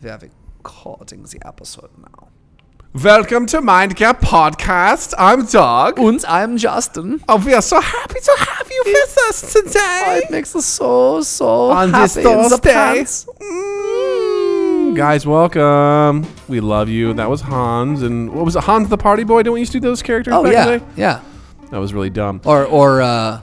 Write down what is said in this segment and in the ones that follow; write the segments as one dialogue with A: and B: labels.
A: We are recording the episode now.
B: Welcome to Mindcap Podcast. I'm Doug.
A: And I'm Justin.
B: Oh, we are so happy to have you with us
A: Oh,
B: today
A: it makes us so, so
B: on
A: happy
B: this
A: in the
B: Thursday.
A: pants.
B: Mm. Guys, welcome. We love you. That was Hans, and what was it? Hans the Party Boy. Don't we used to do those characters
A: Oh,
B: back in
A: yeah.
B: the day?
A: Yeah.
B: That was really dumb.
A: Or, or, uh,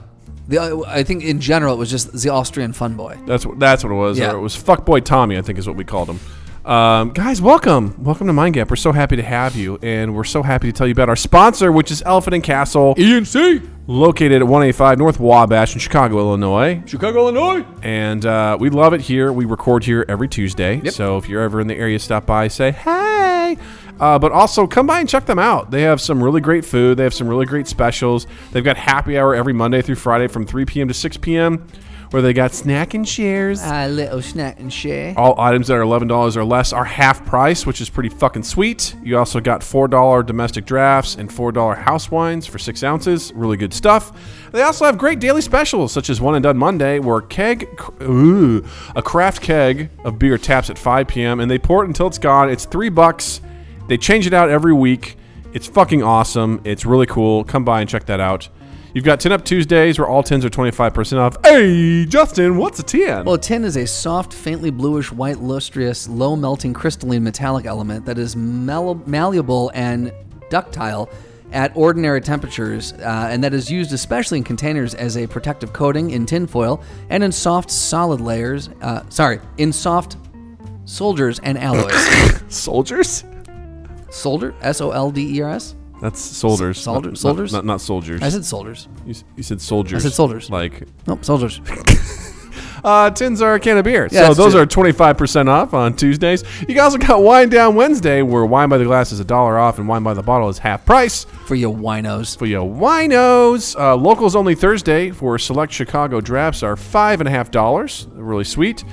A: the, I think in general it was just the Austrian fun boy.
B: That's what that's what it was.
A: Yeah.
B: Or it was Fuckboy Tommy, I think is what we called him. Um, guys, welcome. Welcome to Mind Gap. We're so happy to have you, and we're so happy to tell you about our sponsor, which is Elephant and Castle.
A: E
B: ENC. Located at 185 North Wabash in Chicago, Illinois.
A: Chicago, Illinois.
B: And uh, we love it here. We record here every Tuesday. So if you're ever in the area, stop by, say hey. Uh, but also come by and check them out. They have some really great food. They have some really great specials. They've got happy hour every Monday through Friday from 3 p.m. to 6 p.m. Where they got snack and shares.
A: A little snack and share.
B: All items that are eleven dollars or less are half price, which is pretty fucking sweet. You also got four dollar domestic drafts and four dollar house wines for six ounces. Really good stuff. They also have great daily specials, such as One and Done Monday, where a keg, ooh, a craft keg of beer taps at 5 p.m. and they pour it until it's gone. It's three bucks. They change it out every week. It's fucking awesome. It's really cool. Come by and check that out. You've got 10 up Tuesdays where all 10s are 25% off. Hey, Justin, what's a 10?
A: Well, tin is a soft, faintly bluish, white, lustrous, low melting crystalline metallic element that is mall- malleable and ductile at ordinary temperatures, uh, and that is used especially in containers as a protective coating in tinfoil and in soft, solid layers. Uh, sorry, in soft soldiers and alloys.
B: Soldiers?
A: Solder? S O L D E R S?
B: That's soldiers.
A: solder-
B: not- not-
A: soldiers?
B: Not, not, soldiers.
A: I said soldiers.
B: you, s- you said soldiers.
A: I said soldiers.
B: Like,
A: Nope, soldiers.
B: uh, tins are a can of beer.
A: Yeah,
B: so
A: that's
B: those
A: true.
B: are 25% off on Tuesdays. You also got Wine Down Wednesday, where wine by the glass is a dollar off and wine by the bottle is half price.
A: For you winos.
B: For you winos, uh, locals only Thursday for select Chicago drafts are five and a half dollars. Really sweet.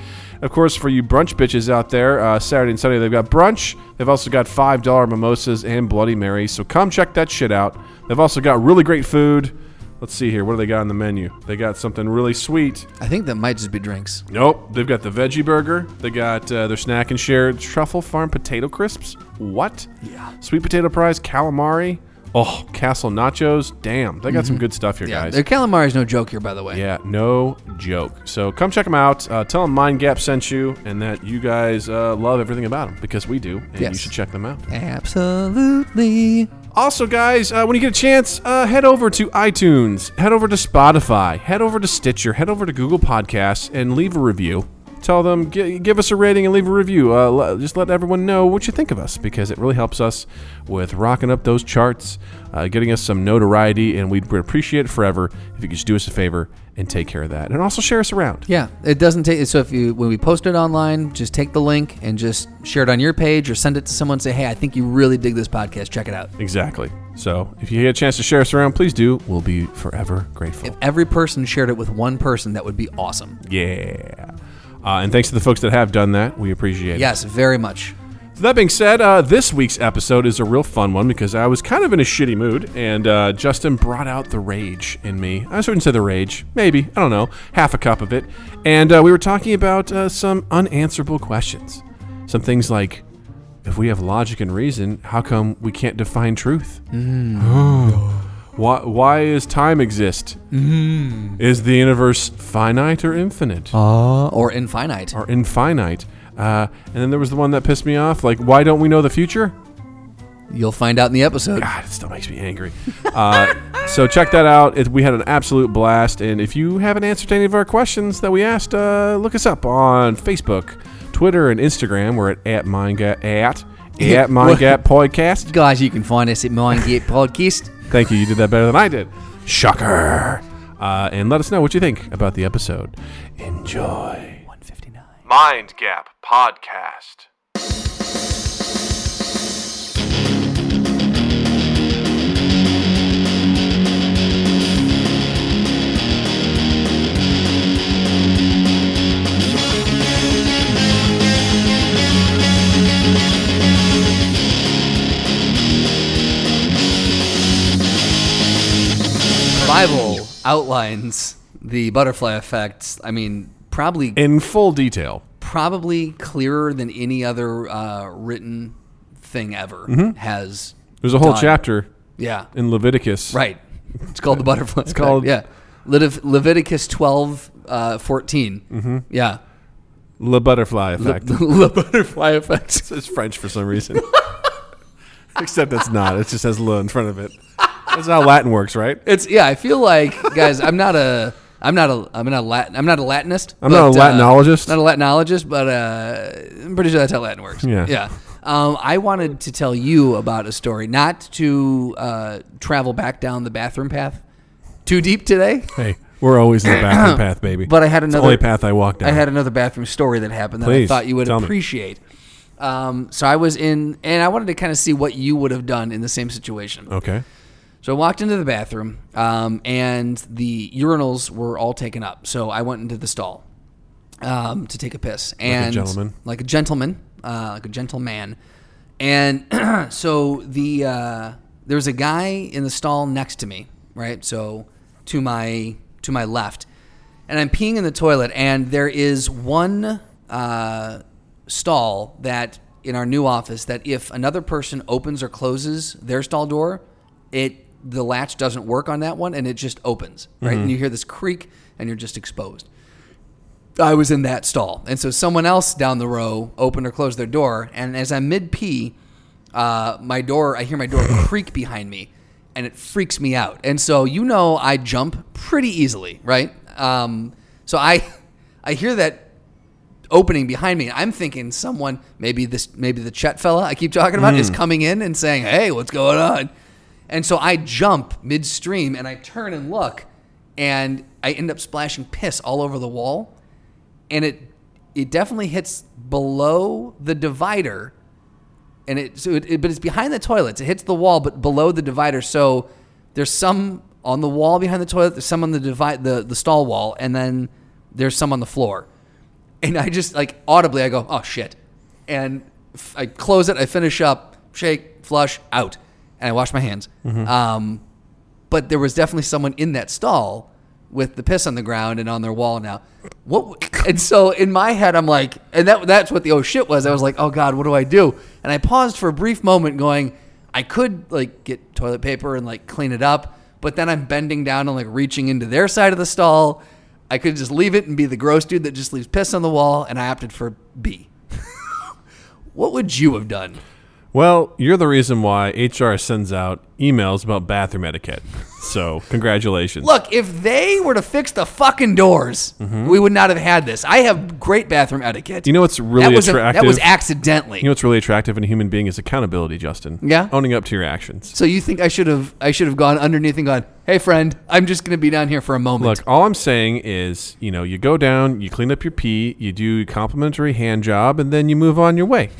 B: Of course, for you brunch bitches out there, uh, Saturday and Sunday they've got brunch. They've also got five dollar mimosas and Bloody Marys. So come check that shit out. They've also got really great food. Let's see here. What do they got on the menu? They got something really sweet.
A: I think that might just be drinks.
B: Nope. They've got the veggie burger. They got uh, their snack and share truffle farm potato crisps. What?
A: Yeah.
B: Sweet potato fries, calamari. Oh, castle nachos. Damn. They got some good stuff here,
A: Mm-hmm. Yeah,
B: guys.
A: their calamari is no joke here, by the way.
B: yeah, no joke. So come check them out. Uh, tell them Mind Gap sent you and that you guys uh, love everything about them because we do. And
A: Yes.
B: you should check them out.
A: Absolutely.
B: Also, guys, uh, when you get a chance, uh, head over to iTunes, head over to Spotify, head over to Stitcher, head over to Google Podcasts, and leave a review. Tell them, gi- give us a rating and leave a review. Uh, le- just let everyone know what you think of us because it really helps us with rocking up those charts, uh, getting us some notoriety, and we'd, we'd appreciate it forever if you could just do us a favor and take care of that. And also share us around.
A: Yeah, it doesn't take. So if you when we post it online, just take the link and just share it on your page or send it to someone. And say, hey, I think you really dig this podcast. Check it out.
B: Exactly. So if you get a chance to share us around, please do. We'll be forever grateful.
A: If every person shared it with one person, that would be awesome.
B: Yeah. Uh, and thanks to the folks that have done that. We appreciate it.
A: Yes, very much.
B: So that being said, uh, this week's episode is a real fun one because I was kind of in a shitty mood, and uh, Justin brought out the rage in me. I shouldn't say the rage, maybe I don't know, half a cup of it, and uh, we were talking about uh, some unanswerable questions, some things like, if we have logic and reason, how come we can't define truth? why, why is time exist? Is the universe finite or infinite?
A: Uh, or infinite.
B: are infinite. Uh, and then there was the one that pissed me off. Like, why don't we know the future?
A: You'll find out in the episode.
B: God, it still makes me angry. Uh, so check that out. It, we had an absolute blast. And if you haven't answered any of our questions that we asked, uh, look us up on Facebook, Twitter, and Instagram. We're at at mindgap at at mindgap podcast.
A: Guys, you can find us at Mind Get Podcast.
B: Thank you. You did that better than I did. Shocker. Uh, and let us know what you think about the episode. Enjoy.
A: 159.
B: Mind Gap Podcast.
A: Bible outlines the butterfly effect. I mean, probably
B: In full detail.
A: probably clearer than any other uh, written thing ever has.
B: There's a whole
A: done.
B: chapter
A: Yeah.
B: in Leviticus.
A: Right. It's called the butterfly. It's
B: called-
A: yeah. Lev- Leviticus 12, uh, 14. Mm-hmm. Yeah.
B: Le butterfly
A: The,
B: effect.
A: the butterfly effect.
B: it's French for some reason. Except it's not. It just has le in front of it. That's how Latin works, right?
A: It's yeah. I feel like guys. I'm not a. I'm not a. I'm not a Latin. I'm not a Latinist.
B: I'm not a Latinologist.
A: Uh, not a Latinologist, but uh, I'm pretty sure that's how Latin works.
B: Yeah.
A: Yeah. Um, I wanted to tell you about a story, not to uh, travel back down the bathroom path too deep today,
B: Hey, we're always in the bathroom path, baby.
A: but I had
B: it's the
A: another
B: only path I walked down.
A: I had another bathroom story that happened that I
B: Please,
A: thought you would
B: tell me.
A: appreciate. Um, so I was in, and I wanted to kind of see what you would have done in the same situation.
B: okay.
A: So I walked into the bathroom, um, and the urinals were all taken up. So I went into the stall um, to take a piss, and
B: gentleman.
A: like a gentleman, uh, like a gentleman. And so the uh, there was a guy in the stall next to me, right? So to my to my left, and I'm peeing in the toilet, and there is one uh, stall that in our new office that if another person opens or closes their stall door, it the latch doesn't work on that one, and it just opens, right? And you hear this creak, and you're just exposed. I was in that stall. And so someone else down the row opened or closed their door. And as I'm mid pee, uh, my door, I hear my door creak behind me and it freaks me out. And so, you know, I jump pretty easily, right? Um, so I, I hear that opening behind me. I'm thinking someone, maybe this, maybe the Chet fella I keep talking about, is coming in and saying, "Hey, what's going on?" And so I jump midstream and I turn and look, and I end up splashing piss all over the wall, and it it definitely hits below the divider, and it so it, it- but it's behind the toilets. It hits the wall, but below the divider. So there's some on the wall behind the toilet. There's some on the divide the the stall wall, and then there's some on the floor. And I just like audibly, I go, "Oh shit!" And f- I close it. I finish up, shake, flush, out, and I wash my hands. Um, but there was definitely someone in that stall with the piss on the ground and on their wall now. What? w- And so in my head, I'm like, and that that's what the oh shit was. I was like, oh god, what do I do? And I paused for a brief moment, going, I could like get toilet paper and like clean it up, but then I'm bending down and like reaching into their side of the stall. I could just leave it and be the gross dude that just leaves piss on the wall, and I opted for B. what would you have done?
B: Well, you're the reason why HR sends out emails about bathroom etiquette. So, congratulations.
A: Look, if they were to fix the fucking doors, we would not have had this. I have great bathroom etiquette.
B: Mm-hmm. you know what's really
A: that was a-
B: attractive?
A: that was accidentally.
B: you know what's really attractive in a human being is accountability, Justin.
A: Yeah?
B: Owning up to your actions.
A: so you think I should have I should have gone underneath and gone, "Hey friend, I'm just going to be down here for a moment."
B: Look, all I'm saying is, you know, you go down, you clean up your pee, you do a complimentary hand job, and then you move on your way.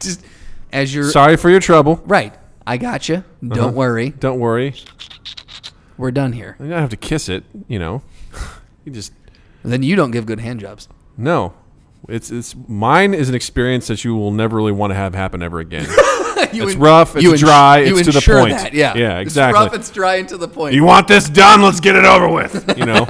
A: just as you're
B: Sorry Uh-huh. for your trouble.
A: right. I got gotcha. you. Don't worry.
B: Don't worry.
A: We're done here.
B: You don't have to kiss it, you know. You just
A: Then you don't give good hand jobs.
B: no. It's it's mine is an experience that you will never really want to have happen ever again.
A: You
B: It's rough, it's dry,
A: you
B: it's to the
A: ensure
B: point.
A: That, yeah.
B: Yeah,
A: It's rough,
B: exactly.
A: it's dry and to the point.
B: you want this done? Let's get it over with. You know,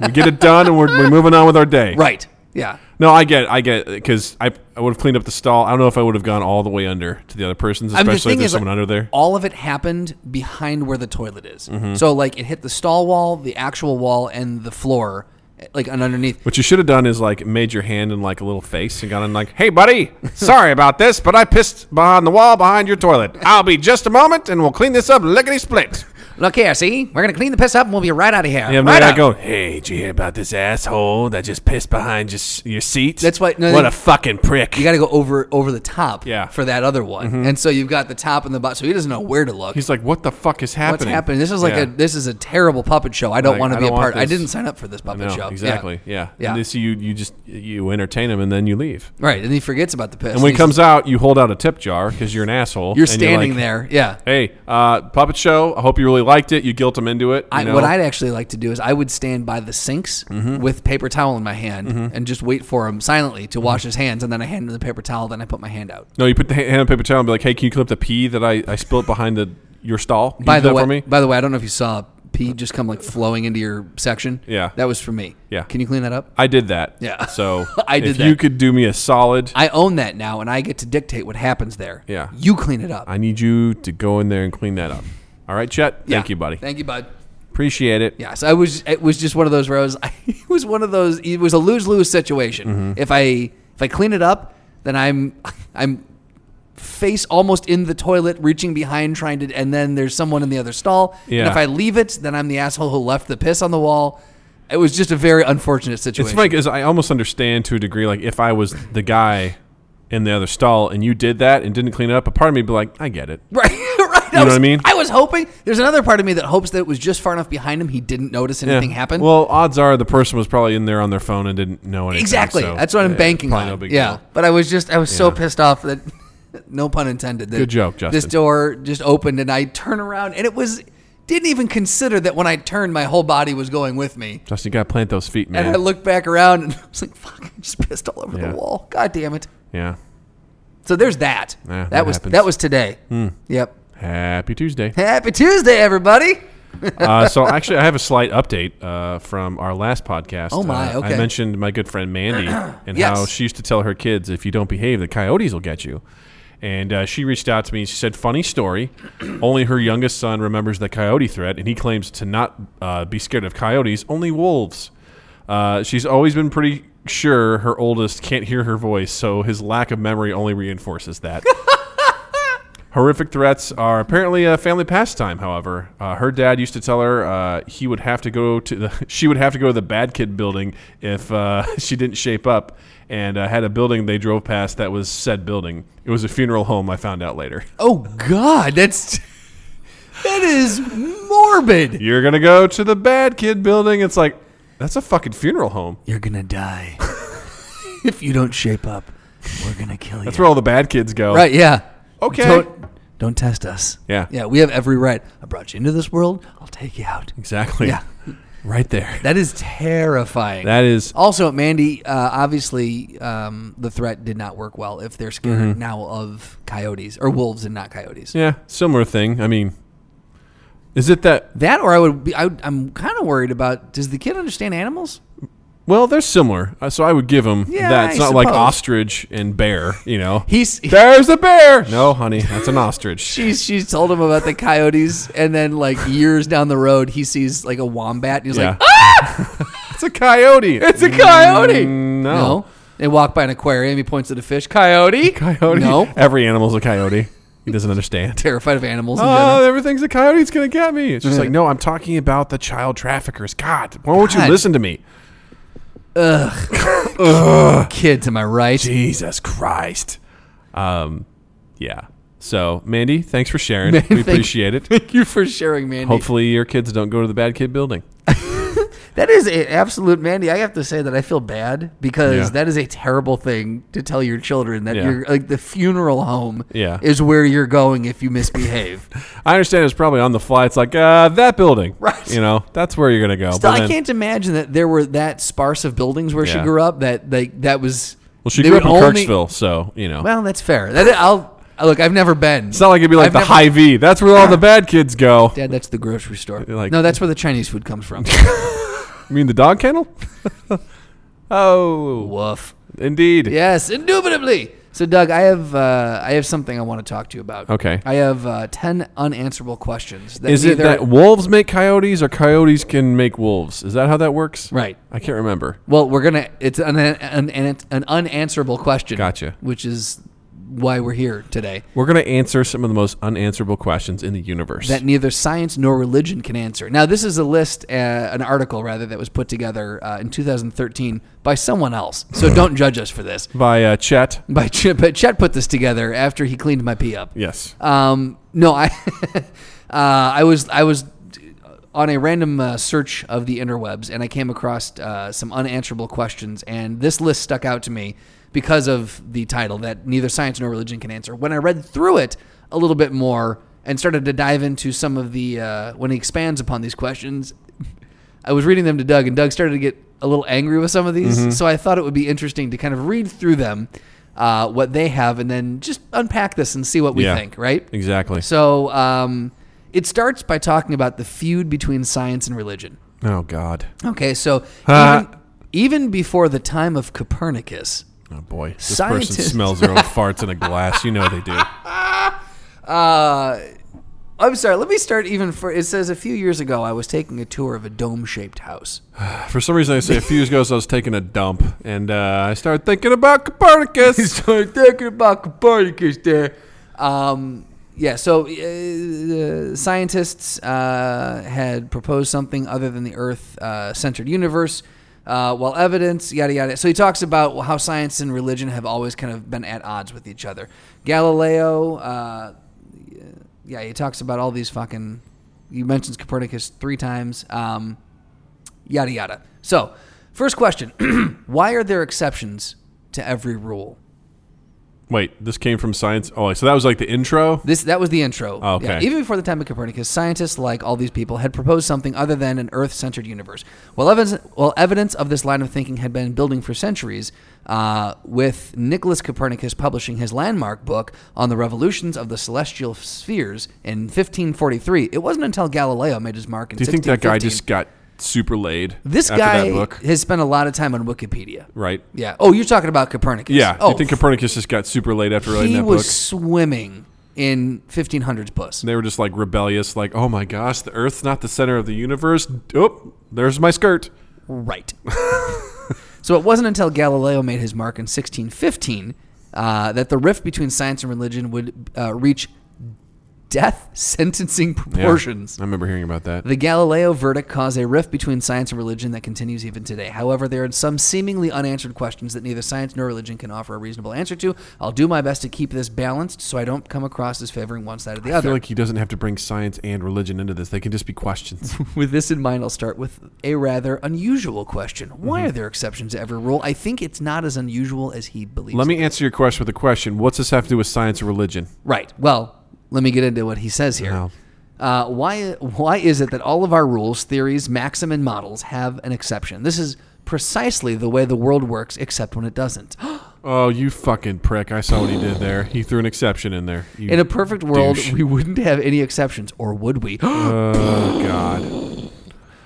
B: we get it done and we're, we're moving on with our day.
A: right. Yeah.
B: No, I get, it, I get, because I I would have cleaned up the stall. I don't know if I would have gone all the way under to the other person's,
A: I mean, the
B: especially if
A: thing
B: there's
A: is,
B: someone under there.
A: All of it happened behind where the toilet is.
B: Mm-hmm.
A: So like it hit the stall wall, the actual wall, and the floor, like and underneath.
B: What you should have done is like made your hand in like a little face and gone in like, "Hey, buddy, sorry about this, but I pissed behind the wall behind your toilet. I'll be just a moment, and we'll clean this up lickety split."
A: Look here, see, we're gonna clean the piss up, and we'll be right out of here.
B: Yeah,
A: right
B: right I
A: up.
B: go, "Hey, did you hear about this asshole that just pissed behind your, s- your seat?
A: That's why- no,
B: what
A: they-
B: a fucking prick."
A: You got to go over over the top.
B: Yeah. Mm-hmm.
A: For that other one, and so you've got the top and the bottom. So he doesn't know where to look.
B: He's like, "What the fuck is happening?
A: What's happening? This is like
B: Yeah.
A: a this is a terrible puppet show. I don't
B: Like,
A: want
B: I
A: to be a
B: don't want
A: part. I
B: this.
A: didn't sign up for this puppet
B: No,
A: show. Yeah.
B: exactly. Yeah,
A: Yeah.
B: And this, you you just you entertain him and then you leave.
A: Right, and he forgets about the piss.
B: And when he
A: He's-
B: comes out, you hold out a tip jar because you're an asshole.
A: you're
B: and
A: standing
B: like,
A: there. Yeah.
B: Hey, uh, puppet show. I hope you really liked it. You guilt him into it. you
A: I,
B: know? Mm-hmm.
A: What I'd actually like to do is I would stand by the sinks with paper towel in my hand and just wait for him silently
B: Mm-hmm.
A: to wash his hands, and then I hand him the paper towel, then I put my hand out.
B: No, you put the ha- hand on paper towel and be like, "Hey, can you clip the pee that I, I spilled behind the your stall? Can you
A: by
B: do
A: the
B: that
A: way,
B: for me?
A: by the way, I don't know if you saw P- pee just come like flowing into your section.
B: Yeah.
A: That was for me.
B: Yeah.
A: Can you clean that up?
B: I did that.
A: Yeah.
B: So
A: I did
B: if you
A: that.
B: could do me a solid,
A: I own that now, and I get to dictate what happens there.
B: Yeah.
A: You clean it up.
B: I need you to go in there and clean that up. All right, Chet.
A: Yeah.
B: Thank you, buddy.
A: Thank you, bud.
B: Appreciate it.
A: Yes, I was. It was just one of those where I was. it was one of those. It was a lose lose situation.
B: Mm-hmm.
A: If I if I clean it up, then I'm I'm face almost in the toilet, reaching behind, trying to, and then there's someone in the other stall. And
B: Yeah.
A: if I leave it, then I'm the asshole who left the piss on the wall. It was just a very unfortunate
B: It's
A: situation.
B: funny because I almost understand to a degree. Like if I was the guy in the other stall and you did that and didn't clean it up, a part of me would be like, I get it.
A: Right, right. You
B: know what I mean?
A: I was hoping. There's another part of me that hopes that it was just far enough behind him he didn't notice
B: Yeah.
A: anything happen.
B: Well, odds are the person was probably in there on their phone and didn't know anything.
A: Exactly.
B: so,
A: That's what I'm
B: yeah,
A: banking
B: probably
A: on.
B: no big
A: yeah.
B: deal.
A: But I was just I was
B: Yeah.
A: so pissed off that no pun intended. That
B: Good joke,
A: This
B: Justin.
A: door just opened and I turn around and it was didn't even consider that when I turned my whole body was going with me.
B: Justin, you gotta plant those feet, man.
A: And I looked back around and I was like, fuck, I just pissed all over
B: Yeah.
A: the wall. God damn it.
B: yeah.
A: So there's that.
B: Yeah,
A: that
B: that
A: was
B: happens. Hmm.
A: that was today. Yep.
B: Happy Tuesday.
A: Happy Tuesday, everybody.
B: uh, so actually, I have a slight update uh, from our last podcast.
A: Oh my,
B: Uh, I
A: okay.
B: mentioned my good friend Mandy and
A: Yes.
B: how she used to tell her kids, "If you don't behave, the coyotes will get you." And uh, she reached out to me. She said, "Funny story. Only her youngest son remembers the coyote threat, and he claims to not uh, be scared of coyotes, only wolves." Uh, she's always been pretty sure her oldest can't hear her voice, so his lack of memory only reinforces that. Horrific threats are apparently a family pastime. However, uh, her dad used to tell her uh, he would have to go to the she would have to go to the bad kid building if uh, she didn't shape up, and uh, had a building they drove past that was said building. It was a funeral home. I found out later.
A: Oh God, that's that is morbid.
B: You're gonna go to the bad kid building. It's like that's a fucking funeral home.
A: You're gonna die. if you don't shape up, we're gonna kill you.
B: That's where all the bad kids go.
A: Right, yeah.
B: Okay.
A: Don't, don't test us.
B: Yeah.
A: Yeah, we have every right. I brought you into this world, I'll take you out.
B: Exactly.
A: Yeah.
B: Right there.
A: That is terrifying.
B: That is
A: also, Mandy, uh, obviously um, the threat did not work well if they're scared now of coyotes or wolves and not coyotes.
B: Mm-hmm. yeah similar thing. I mean, is it that
A: That or I would be I would, I'm kind of worried about does the kid understand animals?
B: Well, they're similar, uh, so I would give them
A: Yeah,
B: that. It's
A: I
B: not like
A: suppose.
B: ostrich and bear, you know.
A: He's
B: There's a bear. No, honey, that's an ostrich.
A: she's she's told him about the coyotes and then like years down the road he sees like a wombat and he's
B: Yeah.
A: like, "Ah,
B: it's a coyote.
A: it's a coyote."
B: Mm, no.
A: No. They walk by an aquarium. He points at a fish. Coyote.
B: coyote.
A: No.
B: every animal's a coyote. He doesn't understand.
A: Terrified of animals in
B: Oh,
A: general.
B: everything's a coyote. It's gonna get me. It's just like, no, I'm talking about the child traffickers. God, why won't you
A: God.
B: listen to me?
A: Kids, am I right?
B: Jesus Christ. Um, yeah. So, Mandy, thanks for sharing.
A: Man,
B: we
A: thank-
B: appreciate it.
A: Thank you for sharing, Mandy.
B: Hopefully, your kids don't go to the bad kid building.
A: That is a absolute Mandy. I have to say that I feel bad because
B: Yeah.
A: that is a terrible thing to tell your children that
B: Yeah.
A: you're like the funeral home
B: Yeah.
A: is where you're going if you misbehave.
B: I understand it's probably on the fly. It's like uh, that building,
A: Right.
B: You know, that's where you're gonna go.
A: Still,
B: But
A: I
B: then-
A: can't imagine that there were that sparse of buildings where
B: Yeah.
A: she grew up that like that was
B: Well, she
A: they
B: grew
A: would
B: up in
A: only-
B: Kirksville, so you know,
A: Well, that's fair. That I'll uh, look, I've never been.
B: it's not like it'd be like
A: I've
B: the
A: never-
B: high V. That's where all the bad kids go.
A: Dad, that's the grocery store.
B: Like-
A: no, that's where the Chinese food comes from.
B: You mean the dog kennel? oh,
A: Woof.
B: indeed.
A: Yes, indubitably. So, Doug, I have uh, I have something I want to talk to you about.
B: Okay.
A: I have uh, ten unanswerable questions. That
B: Is it
A: neither-
B: that wolves make coyotes or coyotes can make wolves? Is that how that works?
A: right?
B: I can't remember.
A: Well, we're gonna. It's an an, an, an unanswerable question.
B: Gotcha.
A: Which is why we're here today.
B: We're gonna answer some of the most unanswerable questions in the universe.
A: that neither science nor religion can answer. Now, this is a list, uh, an article rather, that was put together uh, in 2013 by someone else. So don't judge us for this.
B: By uh, Chet.
A: By Chet, but Chet put this together after he cleaned my pee up.
B: Yes.
A: Um, no, I, uh, I was, I was on a random uh, search of the interwebs, and I came across uh, some unanswerable questions, and this list stuck out to me because of the title that neither science nor religion can answer. When I read through it a little bit more and started to dive into some of the, uh, when he expands upon these questions, I was reading them to Doug, and Doug started to get a little angry with some of these. So I thought it would be interesting to kind of read through them, uh, what they have, and then just unpack this and see what we
B: Yeah.
A: think, right?
B: Exactly.
A: So um, It starts by talking about the feud between science and religion.
B: Oh God.
A: Okay, so
B: Ah.
A: even, even before the time of Copernicus,
B: Oh boy. This person
A: Scientists.
B: smells their own farts in a glass. You know they do.
A: uh, I'm sorry, let me start even for it says a few years ago I was taking a tour of a dome-shaped house.
B: For some reason, I say a few years ago, so I was taking a dump, and uh, I started thinking about Copernicus.
A: started thinking about Copernicus there. Um, yeah, so uh, scientists uh, had proposed something other than the Earth uh, centered universe. Uh, while evidence, yada yada. So he talks about how science and religion have always kind of been at odds with each other. Galileo, uh, yeah, he talks about all these fucking. He mentions Copernicus three times. Um, yada yada. So, first question: Why are there exceptions to every rule?
B: Wait, this came from science. Oh, so that was like the intro.
A: This that was the intro.
B: Oh, okay.
A: even before the time of Copernicus, scientists like all these people had proposed something other than an Earth-centered universe. While evidence, while evidence of this line of thinking had been building for centuries, uh, with Nicholas Copernicus publishing his landmark book on the revolutions of the celestial spheres in 1543, it wasn't until Galileo made his mark in.
B: Do you think that guy
A: 1615.
B: just got super laid?
A: This
B: after
A: guy
B: that book,
A: has spent a lot of time on Wikipedia.
B: right?
A: Yeah. Oh, you're talking about Copernicus.
B: Yeah.
A: Oh,
B: Do you think Copernicus just got super laid after writing
A: he
B: that
A: was
B: book?
A: swimming in 1500s puss.
B: And they were just like rebellious, like, "Oh my gosh, the Earth's not the center of the universe." Oh, there's my skirt.
A: Right. so it wasn't until Galileo made his mark in 1615 uh, that the rift between science and religion would uh, reach death sentencing
B: Yeah,
A: proportions.
B: I remember hearing about that.
A: The Galileo verdict caused a rift between science and religion that continues even today. However, there are some seemingly unanswered questions that neither science nor religion can offer a reasonable answer to. I'll do my best to keep this balanced so I don't come across as favoring one side or the
B: I feel
A: other.
B: like he doesn't have to bring science and religion into this. They can just be questions.
A: with this in mind, I'll start with a rather unusual question.
B: Mm-hmm.
A: Why are there exceptions to every rule? I think it's not as unusual as he believes.
B: Let me answer your question with a question. What's this have to do with science or religion?
A: Right. Well, let me get into what he says here.
B: No.
A: Uh, why why is it that all of our rules, theories, maxim, and models have an exception? This is precisely the way the world works, except when it doesn't.
B: Oh, you fucking prick. I saw what he did there. He threw an exception in there. You
A: In a perfect world,
B: douche.
A: we wouldn't have any exceptions, or would we?
B: Oh, God.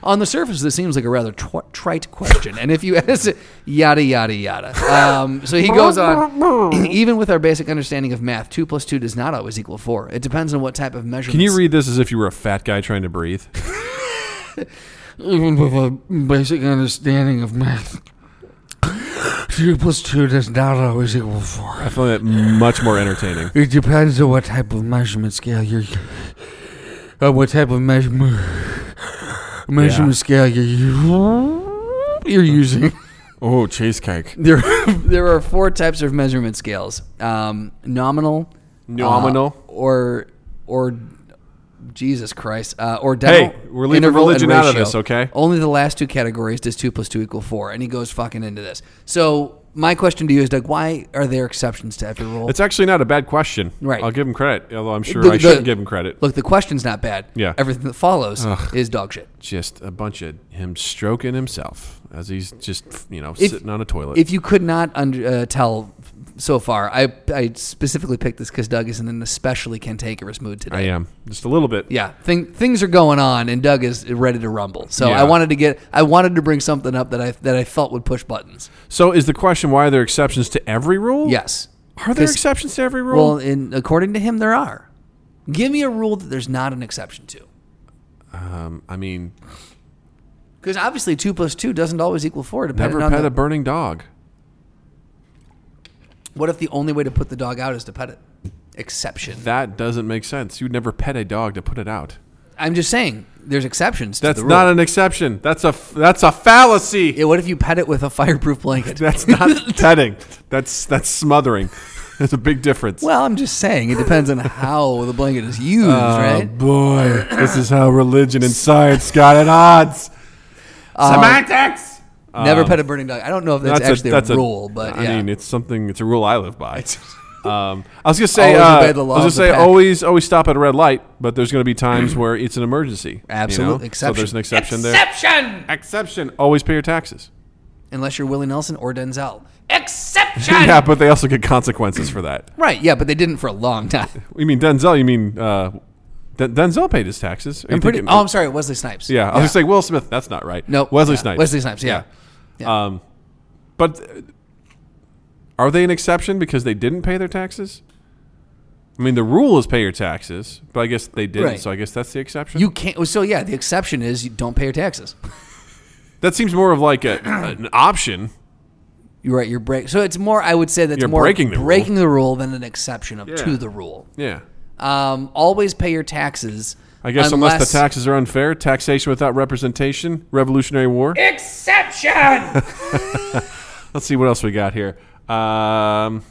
A: On the surface, this seems like a rather tw- trite question, and if you ask it, yada yada yada. Um, so he goes on. Even with our basic understanding of math, two plus two does not always equal four. It depends on what type of measurement.
B: Can you read this as if you were a fat guy trying to breathe?
C: even with a basic understanding of math, two plus two does not always equal four.
B: I find that much more entertaining.
C: It depends on what type of measurement scale you're, uh, what type of measurement measurement scale you're, you're using.
B: Oh, cheesecake.
A: There, there are four types of measurement scales: um, nominal,
B: Nominal.
A: uh, or or Jesus Christ, uh, or
B: Hey, we're leaving religion out of this, okay?
A: Only the last two categories does two plus two equal four, and he goes fucking into this. So my question to you is, Doug, why are there exceptions to every rule?
B: It's actually not a bad question.
A: Right.
B: I'll give him credit, although I'm sure
A: The-
B: I
A: the-
B: shouldn't give him credit.
A: Look, the question's not bad.
B: Yeah.
A: everything that follows is dog shit.
B: Just a bunch of him stroking himself as he's just, you know,
A: If-
B: sitting on a toilet.
A: If you could not under, uh, tell so far, I I specifically picked this because Doug is in an especially cantankerous mood today.
B: I am. Just a little bit.
A: yeah, thing, things are going on, and Doug is ready to rumble. So
B: Yeah.
A: I wanted to get, I wanted to bring something up that I that I felt would push buttons.
B: So is the question why are there exceptions to every rule?
A: Yes.
B: Are there
A: 'Cause-
B: exceptions to every rule?
A: Well, in, according to him, there are. Give me a rule that there's not an exception to,
B: um, I mean,
A: because obviously two plus two doesn't always equal four. Depending
B: never
A: on
B: pet
A: the-
B: a burning dog.
A: what if the only way to put the dog out is to pet it? Exception.
B: That doesn't make sense. You'd never pet a dog to put it out.
A: I'm just saying there's exceptions.
B: That's
A: to the rule.
B: not an exception. That's a f- that's a fallacy.
A: Yeah, what if you pet it with a fireproof blanket?
B: That's not petting. That's that's smothering. There's a big difference.
A: well, I'm just saying it depends on how the blanket is used,
B: Um,
A: right?
B: boy, this is how religion and science got at odds.
A: Uh,
B: Semantics.
A: Never
B: um,
A: pet a burning dog. I don't know if that's, actually a, rule, but
B: I
A: yeah.
B: mean, it's something. It's a rule I live by. Um, I was gonna say,
A: Always
B: uh,
A: obey
B: I
A: the
B: was
A: law
B: gonna
A: of the
B: say,
A: pack.
B: always, always stop at a red light. But there's gonna be times where it's an emergency.
A: Absolute
B: you know? So there's an
A: exception.
B: exception, there. Exception. Exception. Always pay your taxes.
A: Unless you're Willie Nelson or Denzel.
B: yeah, but they also get consequences for that.
A: Right, yeah, but they didn't for a long time.
B: You mean Denzel? You mean uh, Den- Denzel paid his taxes. Are you
A: I'm pretty.
B: thinking-
A: Oh, I'm sorry, Wesley Snipes.
B: yeah, I was just like Will Smith. That's not right.
A: Nope.
B: Wesley
A: Yeah.
B: Snipes.
A: Wesley Snipes, yeah. Yeah.
B: Um, but uh, are they an exception because they didn't pay their taxes? I mean, the rule is pay your taxes, but I guess they didn't.
A: Right.
B: So I guess that's the exception.
A: You can't. So yeah, the exception is you don't pay your taxes.
B: that seems more of like a, an option.
A: You're right. You're break. So it's more. I would say that's
B: You're
A: more
B: breaking the rule.
A: the rule than an exception of to the rule.
B: Yeah.
A: Um, always pay your taxes.
B: I guess unless, the taxes are unfair, taxation without representation, Revolutionary War.
D: Exception!
B: Let's see what else we got here. Um,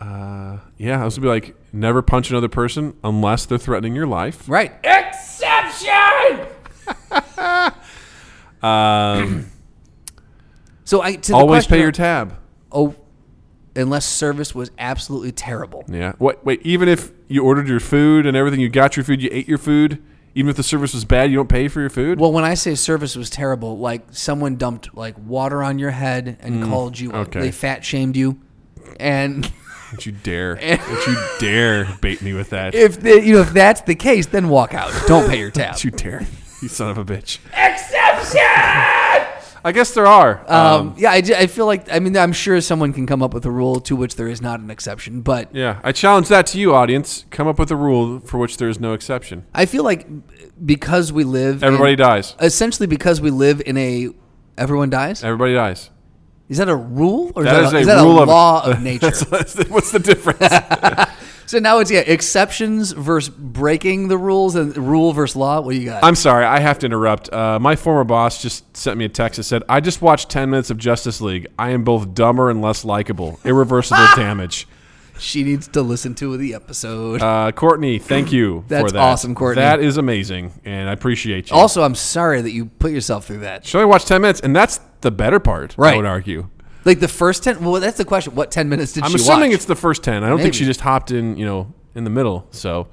B: uh, yeah, I was gonna be like, never punch another person unless they're threatening your life.
A: right.
D: Exception!
A: So I to the
B: Um, Always
A: question
B: pay your
A: of-
B: tab.
A: oh, unless service was absolutely terrible.
B: Yeah. What? Wait. Even if you ordered your food and everything, you got your food, you ate your food. Even if the service was bad, you don't pay for your food.
A: Well, when I say service was terrible, like someone dumped like water on your head and called you.
B: Mm. okay.
A: They fat shamed you, and
B: Don't you dare! Don't you dare bait me with that!
A: if the, you know if that's the case, then walk out. Don't pay your tab.
B: Don't you dare! You son of a bitch!
D: Exception!
B: I guess there are.
A: Um, yeah, I, ju- I feel like I mean I'm sure someone can come up with a rule to which there is not an exception, but
B: yeah, I challenge that to you, audience. Come up with a rule for which there is no exception.
A: I feel like because we live in-
B: Everybody dies.
A: essentially because we live in a everyone dies.
B: Everybody dies.
A: Is that a rule or
B: That
A: is,
B: is
A: that
B: a
A: a, is that
B: rule
A: a
B: of-
A: law of nature?
B: What's the difference?
A: so now it's yeah exceptions versus breaking the rules and rule versus law. What do you got?
B: I'm sorry, I have to interrupt. Uh, my former boss just sent me a text that said, "I just watched 10 minutes of Justice League. I am both dumber and less likable. Irreversible damage."
A: she needs to listen to the episode.
B: Uh, Courtney, thank you for
A: That's
B: that.
A: awesome, Courtney.
B: That is amazing, and I appreciate you.
A: also, I'm sorry that you put yourself through that.
B: she only watched 10 minutes, and that's the better part, I
A: Right.
B: would argue.
A: Like the first ten. Well, that's the question. What ten minutes did
B: I'm
A: she
B: assuming
A: watch?
B: it's the first 10. I don't think
A: Maybe.
B: she just hopped in, you know, in the middle. So,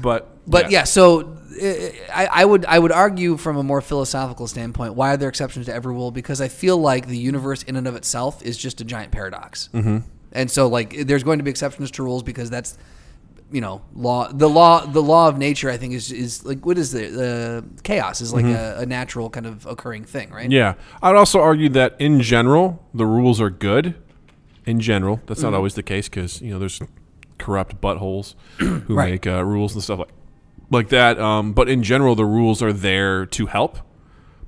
B: but
A: But yeah, so uh, I, I would I would argue from a more philosophical standpoint, why are there exceptions to every rule? Because I feel like the universe in and of itself is just a giant paradox, mm-hmm. and so like there's going to be exceptions to rules because that's you know law the law the law of nature I think is is like what is the uh, chaos is like a, a natural kind of occurring thing, right?
B: Yeah. I'd also argue that in general, the rules are good. In general, that's
A: Mm-hmm.
B: not always the case because, you know, there's corrupt buttholes who
A: Right.
B: make uh, rules and stuff like, like that. Um, but in general, the rules are there to help.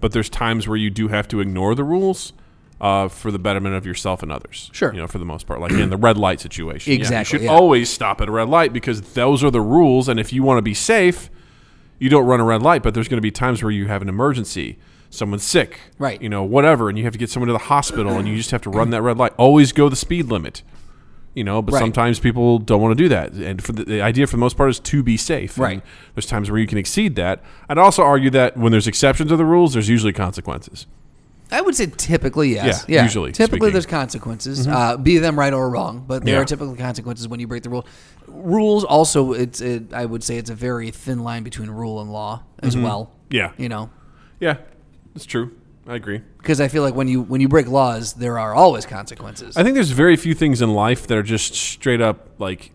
B: But there's times where you do have to ignore the rules uh, for the betterment of yourself and others.
A: Sure.
B: You know, for the most part, like in the red light situation. Yeah, you
A: Exactly,
B: should
A: yeah.
B: always stop at a red light because those are the rules. And if you want to be safe, you don't run a red light, but there's going to be times where you have an emergency, someone's sick,
A: Right.
B: You know, whatever, and you have to get someone to the hospital, and you just have to run that red light. Always go the speed limit, you know. But
A: Right.
B: sometimes people don't want to do that, and for the, the idea for the most part is to be safe.
A: Right.
B: And there's times where you can exceed that. I'd also argue that when there's exceptions to the rules, there's usually consequences.
A: I would say typically yes.
B: Yeah, usually
A: Typically,
B: speaking. Mm-hmm.
A: there's consequences, uh, be them right or wrong, but there
B: Yeah.
A: are typically consequences when you break the rule. Rules also, it's it, I would say it's a very thin line between rule and law as
B: Mm-hmm.
A: well.
B: Yeah.
A: you know,
B: Yeah, it's true. I agree.
A: because I feel like when you when you break laws, there are always consequences.
B: I think there's very few things in life that are just straight up like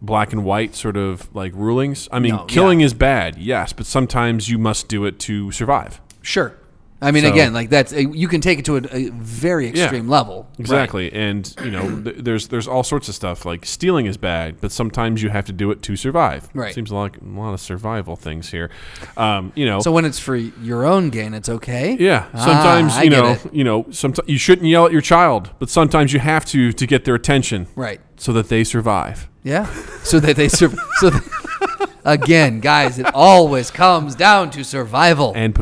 B: black and white sort of like rulings. I mean,
A: No,
B: killing
A: yeah.
B: is bad, yes, but sometimes you must do it to survive.
A: sure. I mean,
B: So-
A: again, like that's uh, you can take it to a, a very extreme level.
B: Exactly. And, you know, th- there's there's all sorts of stuff like stealing is bad, but sometimes you have to do it to survive.
A: Right.
B: Seems like a lot of survival things here. Um, you know,
A: So when it's for your own gain, it's okay.
B: Yeah,
A: Ah,
B: sometimes
A: I
B: you
A: get
B: know,
A: it.
B: you know, sometimes you shouldn't yell at your child, but sometimes you have to to get their attention,
A: Right.
B: So that they survive.
A: Yeah. So that they sur- so th- again, guys, it always comes down to survival and,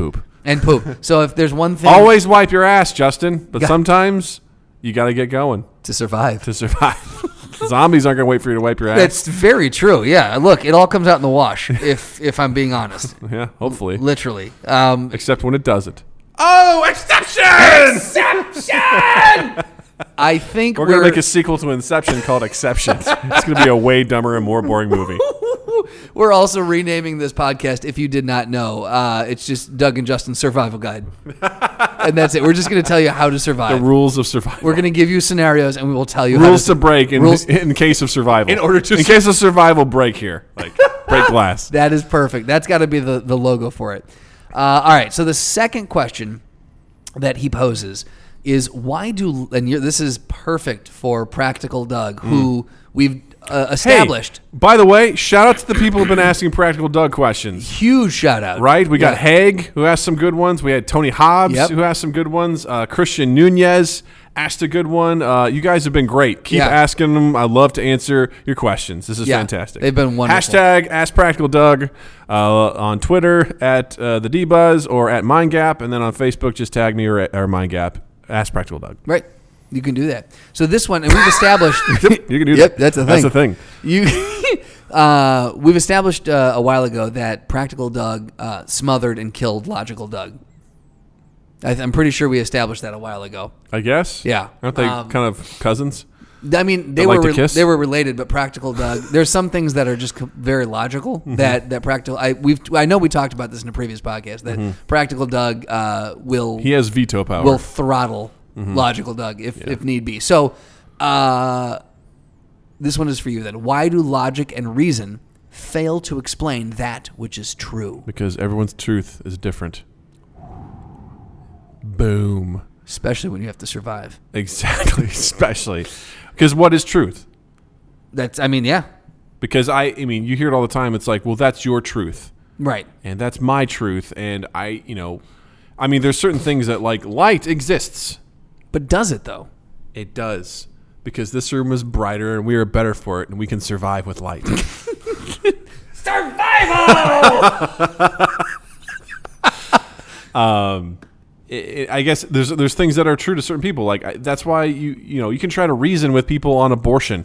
B: And poop.
A: poop. So if there's one thing
B: Always wipe your ass, Justin. But
A: Yeah.
B: sometimes you got to get going
A: to survive.
B: to survive. Zombies aren't going to wait for you to wipe your ass.
A: That's very true. Yeah. Look, it all comes out in the wash if if I'm being honest.
B: yeah, hopefully.
A: Literally. Um,
B: Except when it doesn't.
D: Oh, exception! Exception!
A: I think
B: We're,
A: we're,
B: going to make a sequel to Inception called Exceptions. it's going to be a way dumber and more boring movie.
A: we're also renaming this podcast if you did not know. Uh, it's just Doug and Justin's survival guide. and that's it. We're just going to tell you how to survive.
B: The rules of survival.
A: we're going to give you scenarios and we will tell you how
B: rules
A: to
B: to break in,
A: rules-
B: in case of survival.
A: In order to-
B: in case of survival break here. Like Break glass.
A: That is perfect. That's got to be the, the logo for it. Uh, all right. So the second question that he poses is why do and you're, this is perfect for practical Doug, who we've uh,
B: Hmm. Hey,
A: established
B: by the way, shout out to the people who've been asking practical Doug questions.
A: huge shout out.
B: Right? We got
A: Yeah.
B: Haig, who asked some good ones. We had Tony Hobbs,
A: Yep.
B: who asked some good ones. Uh, Christian Nunez asked a good one. Uh, you guys have been great. Keep
A: Yeah.
B: asking them. I love to answer your questions. This is
A: Yeah,
B: fantastic.
A: they've been wonderful.
B: Hashtag Ask Practical Doug uh, on Twitter at uh, the D Buzz or at MindGap, and then on Facebook, just tag me or, or MindGap. Ask Practical Doug.
A: Right. You can do that. So this one, and we've established.
B: You can do
A: yep,
B: that.
A: that's a thing.
B: That's a thing.
A: You, uh, we've established uh, a while ago that Practical Doug uh, smothered and killed Logical Doug. I th- I'm pretty sure we established that a while ago.
B: I guess.
A: Yeah.
B: Aren't they
A: Um,
B: kind of cousins?
A: I mean, they
B: Like
A: were
B: to
A: re-
B: kiss?
A: they were related, but Practical Doug. There's some things that are just co- very logical
B: Mm-hmm.
A: that that Practical. I we've I know we talked about this in a previous podcast that Practical Doug uh, will
B: Mm-hmm. He has veto power. Mm-hmm.
A: will throttle logical Doug if, if need be. So, uh, this one is for you then. Why do logic and reason fail to explain that which is true?
B: because everyone's truth is different. Boom.
A: Especially when you have to survive.
B: Exactly. Especially because what is truth?
A: That's, I mean, yeah,
B: Because I, I mean, you hear it all the time. It's like, well, that's your truth,
A: right.
B: and that's my truth, and I, you know, I mean, there's certain things that like light exists.
A: But does it though?
B: It does because this room is brighter, and we are better for it, and we can survive with light.
D: Survival!
B: it, I guess there's there's things that are true to certain people. Like I, that's why you you know you can try to reason with people on abortion,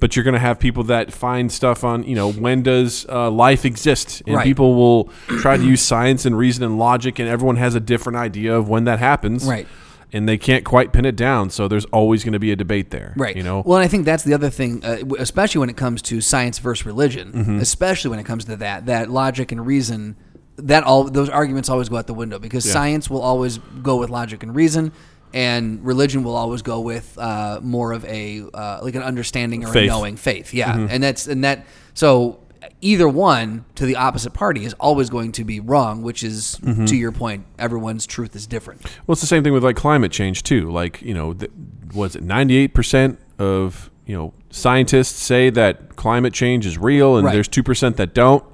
B: but you're going to have people that find stuff on you know when does uh, life exist, and
A: Right.
B: people will try to use science and reason and logic, and everyone has a different idea of when that happens,
A: Right.
B: And they can't quite pin it down, so there's always going to be a debate there,
A: Right.
B: You know,
A: Well, and I think that's the other thing, uh, w- especially when it comes to science versus religion,
B: Mm-hmm.
A: especially when it comes to that, that logic and reason, that all those arguments always go out the window because science will always go with logic and reason, and religion will always go with uh, more of a uh, like an understanding or
B: Faith. Mm-hmm.
A: a knowing faith. Yeah, and that's and that so. Either one to the opposite party is always going to be wrong, which is,
B: Mm-hmm.
A: to your point, everyone's truth is different.
B: Well, it's the same thing with like climate change too. Like you know, th- was it ninety eight percent of you know scientists say that climate change is real, and
A: Right.
B: there's two percent that don't.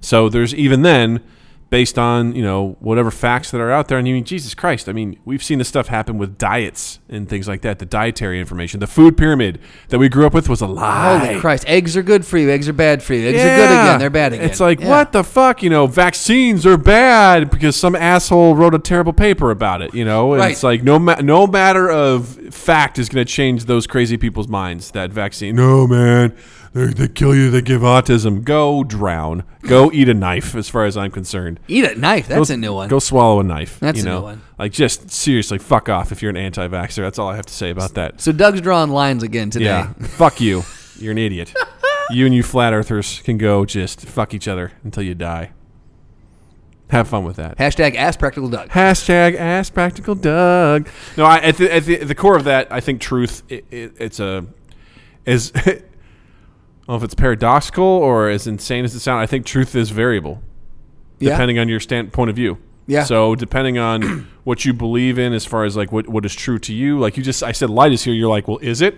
B: So there's even then, based on you know whatever facts that are out there, and you mean Jesus Christ, I mean we've seen this stuff happen with diets and things like that. The dietary information, the food pyramid that we grew up with was a lie.
A: Holy Christ, eggs are good for you. Eggs are bad for you. Eggs are good
B: Yeah.
A: again. They're bad again.
B: It's like,
A: Yeah.
B: what the fuck? You know, vaccines are bad because some asshole wrote a terrible paper about it, you know? And
A: Right.
B: it's like, no, ma- no matter of fact is going to change those crazy people's minds, that vaccine. No, man. They, they kill you. They give autism. Go drown. Go eat a knife, as far as I'm concerned.
A: Eat a knife. That's
B: Go-
A: a new one.
B: Go swallow a knife.
A: That's
B: you
A: a new
B: know?
A: one.
B: Like, just seriously, fuck off if you're an anti vaxxer. That's all I have to say about that.
A: so Doug's drawing lines again today.
B: Yeah. fuck you. You're an idiot. you and you flat earthers can go just fuck each other until you die. Have fun with that.
A: Hashtag ask practical Doug.
B: Hashtag ask practical Doug. No, I, at, the, at the, the core of that, I think truth. It, it, it's a is. I don't know if it's paradoxical or as insane as it sounds. I think truth is variable
A: Yeah.
B: depending on your stand point of view.
A: Yeah.
B: So depending on what you believe in, as far as like what what is true to you, like you just I said light is here. You're like, well, is it?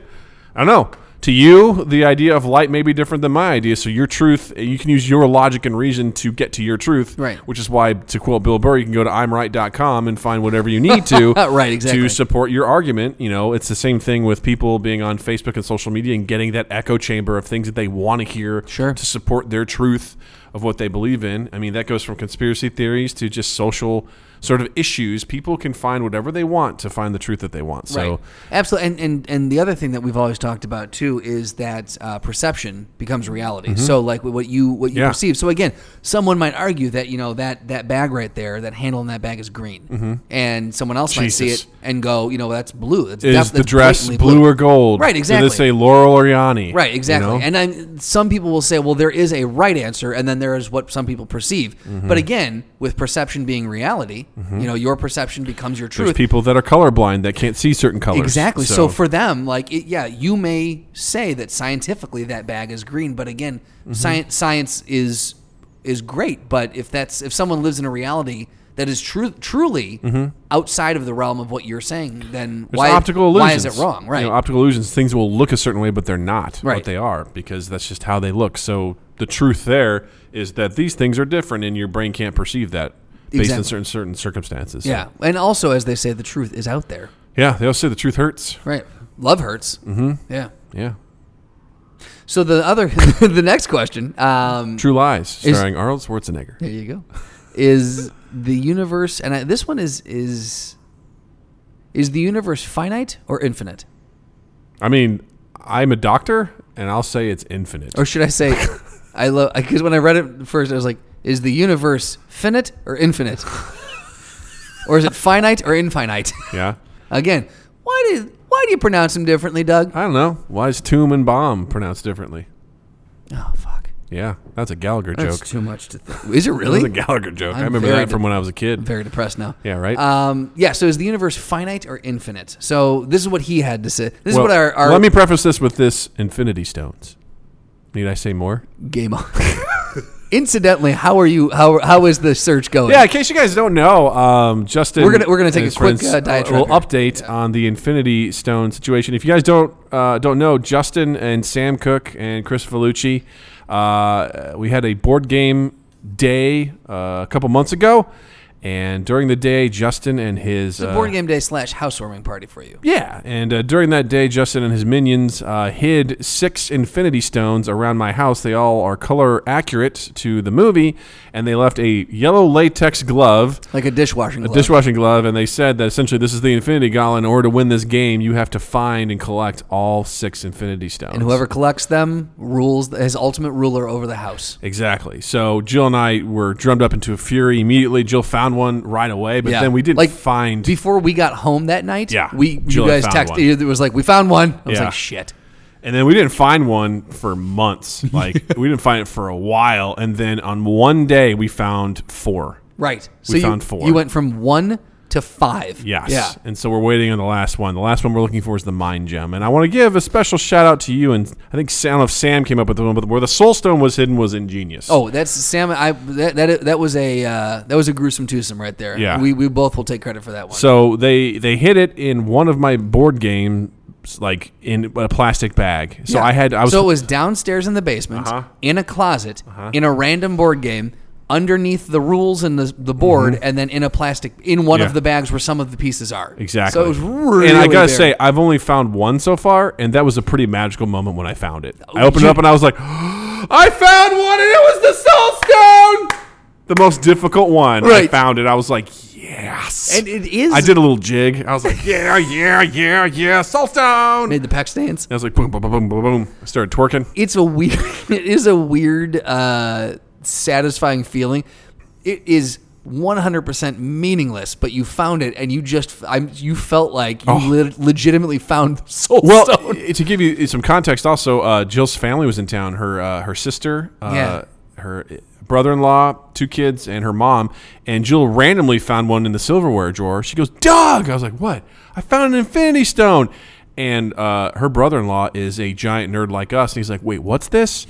B: I don't know. To you, the idea of light may be different than my idea. So your truth, you can use your logic and reason to get to your truth.
A: Right.
B: Which is why, to quote Bill Burr, you can go to I'mRight.com and find whatever you need to.
A: Right, exactly.
B: To support your argument. You know, it's the same thing with people being on Facebook and social media and getting that echo chamber of things that they want to hear
A: Sure.
B: to support their truth of what they believe in. I mean, that goes from conspiracy theories to just social sort of issues. People can find whatever they want to find the truth that they want. So,
A: right. Absolutely. And, and and the other thing that we've always talked about too is that uh, perception becomes reality. So like what you what you
B: Mm-hmm. Yeah.
A: perceive. So again, someone might argue that you know that that bag right there, that handle in that bag is green, and someone else might see
B: Mm-hmm. Jesus.
A: it and go, you know, that's blue. That's
B: is
A: def-
B: the
A: that's
B: dress
A: blatantly
B: blue, or gold?
A: Right,
B: Do
A: exactly.
B: they say Laurel or Yanni?
A: Right, exactly.
B: You know?
A: And I'm, some people will say, well, there
B: Mm-hmm.
A: is a right answer, and then there is what some people perceive. But again, with perception being reality, You know, your perception becomes your
B: There's
A: truth.
B: people that are colorblind that can't see certain colors.
A: Exactly. So, for them, like, it, yeah, you may say that scientifically that bag is green, but again,
B: Mm-hmm.
A: science science is is great. But if that's if someone lives in a reality that is true, truly outside of the realm of what you're saying, then
B: Mm-hmm. There's
A: why
B: optical illusions.
A: why is it wrong?
B: You
A: Right.
B: know, optical illusions. Things will look a certain way, but they're not what
A: Right.
B: they are because that's just how they look. So the truth there is that these things are different, and your brain can't perceive that based on
A: Exactly.
B: certain certain circumstances. So-
A: yeah, and also as they say, the truth is out there.
B: yeah. They also say the truth hurts.
A: Right. Love hurts. Mm-hmm. Yeah.
B: Yeah.
A: So the other, the next question. Um,
B: True Lies,
A: Is-
B: starring Arnold Schwarzenegger.
A: There you go. Is the universe and I, this one is is is the universe finite or infinite?
B: I mean, I'm a doctor, and I'll say it's infinite.
A: Or should I say I love because when I read it first I was like is the universe finite or infinite? or is it finite or infinite?
B: Yeah.
A: Again, why did why do you pronounce them differently, Doug?
B: I don't know. Why is tomb and bomb pronounced differently?
A: Oh fuck.
B: Yeah, that's a Gallagher
A: That's
B: joke.
A: too much to think. Is it
B: That was a
A: really?
B: Gallagher joke. i
A: I'm
B: remember
A: very
B: that from
A: de-
B: when I was a kid.
A: I'm very depressed now.
B: Yeah, right?
A: Um, yeah, so is the universe finite or infinite? So this is what he had to say. This
B: Well,
A: is what our, our
B: let me preface this with this Infinity Stones. Need I say more?
A: Game on. Incidentally, how are you? How how is the search going?
B: Yeah, in case you guys don't know, um, Justin,
A: We're gonna- we're gonna take a
B: and his
A: quick,
B: friends,
A: uh, diatribe
B: We'll
A: here.
B: update on the Infinity Stone situation. If you guys don't uh, don't know, Justin and Sam Cook and Chris Vellucci, uh, we had a board game day uh, a couple months ago, and during the day, Justin and his
A: It's a
B: uh,
A: board game day slash housewarming party for you.
B: Yeah, and uh, during that day, Justin and his minions uh, hid six Infinity Stones around my house. They all are color accurate to the movie, and they left a yellow latex glove,
A: Like a dishwashing glove.
B: dishwashing glove, and they said that essentially this is the Infinity Gauntlet. In order to win this game, you have to find and collect all six Infinity Stones.
A: and whoever collects them rules his ultimate ruler over the house.
B: Exactly. So Jill and I were drummed up into a fury immediately. Jill found one right away, but
A: Yeah.
B: then we didn't
A: Like,
B: find.
A: Before we got home that night,
B: Yeah,
A: we
B: Jill
A: you
B: had
A: guys
B: found
A: texted. It was like we found one. I was
B: Yeah.
A: like shit.
B: And then we didn't find one for months. Like we didn't find it for a while. And then on one day we found four.
A: Right. So
B: We
A: you,
B: found four.
A: You went from one to five.
B: Yes.
A: Yeah.
B: And so we're waiting on the last one. The last one we're looking for is the mind gem. And I want to give a special shout out to you. And I think Sam of Sam came up with the one, but where the soul stone was hidden was ingenious.
A: Oh, that's Sam. I that that, that was a uh, that was a gruesome twosome right there.
B: Yeah.
A: We we both will take credit for that one.
B: So they they hid it in one of my board games, like in a plastic bag. So
A: Yeah.
B: I had I was Uh-huh.
A: so it was downstairs in the basement, in a closet, in a random board game, underneath the rules and the the board, and then in a plastic in one
B: Mm-hmm. Yeah.
A: of the bags where some of the pieces are.
B: Exactly.
A: So it was really.
B: And I gotta
A: buried.
B: say, I've only found one so far, and that was a pretty magical moment when I found it. I opened it
A: you-
B: up and I was like, I found one, and it was the Soul Stone, the most difficult one. I
A: Right.
B: found it. I was like, yes.
A: and it is.
B: I did a little jig. I was like, yeah, yeah, yeah, yeah, Soul Stone. And
A: made the pack stance.
B: I was like, boom, boom, boom, boom, boom, boom. I started twerking.
A: It's a weird. It is a weird, uh, satisfying feeling. It is. 100% meaningless, but you found it and you just, I'm, you felt like you le- legitimately found soul
B: Oh. Well,
A: stone.
B: i- to give you some context, also uh, Jill's family was in town. Her uh, her sister, uh,
A: Yeah.
B: her brother in law, two kids, and her mom. And Jill randomly found one in the silverware drawer. She goes, "Doug!" I was like, "What? I found an Infinity Stone." And uh, her brother in law is a giant nerd like us, and he's like, "Wait, what's this?"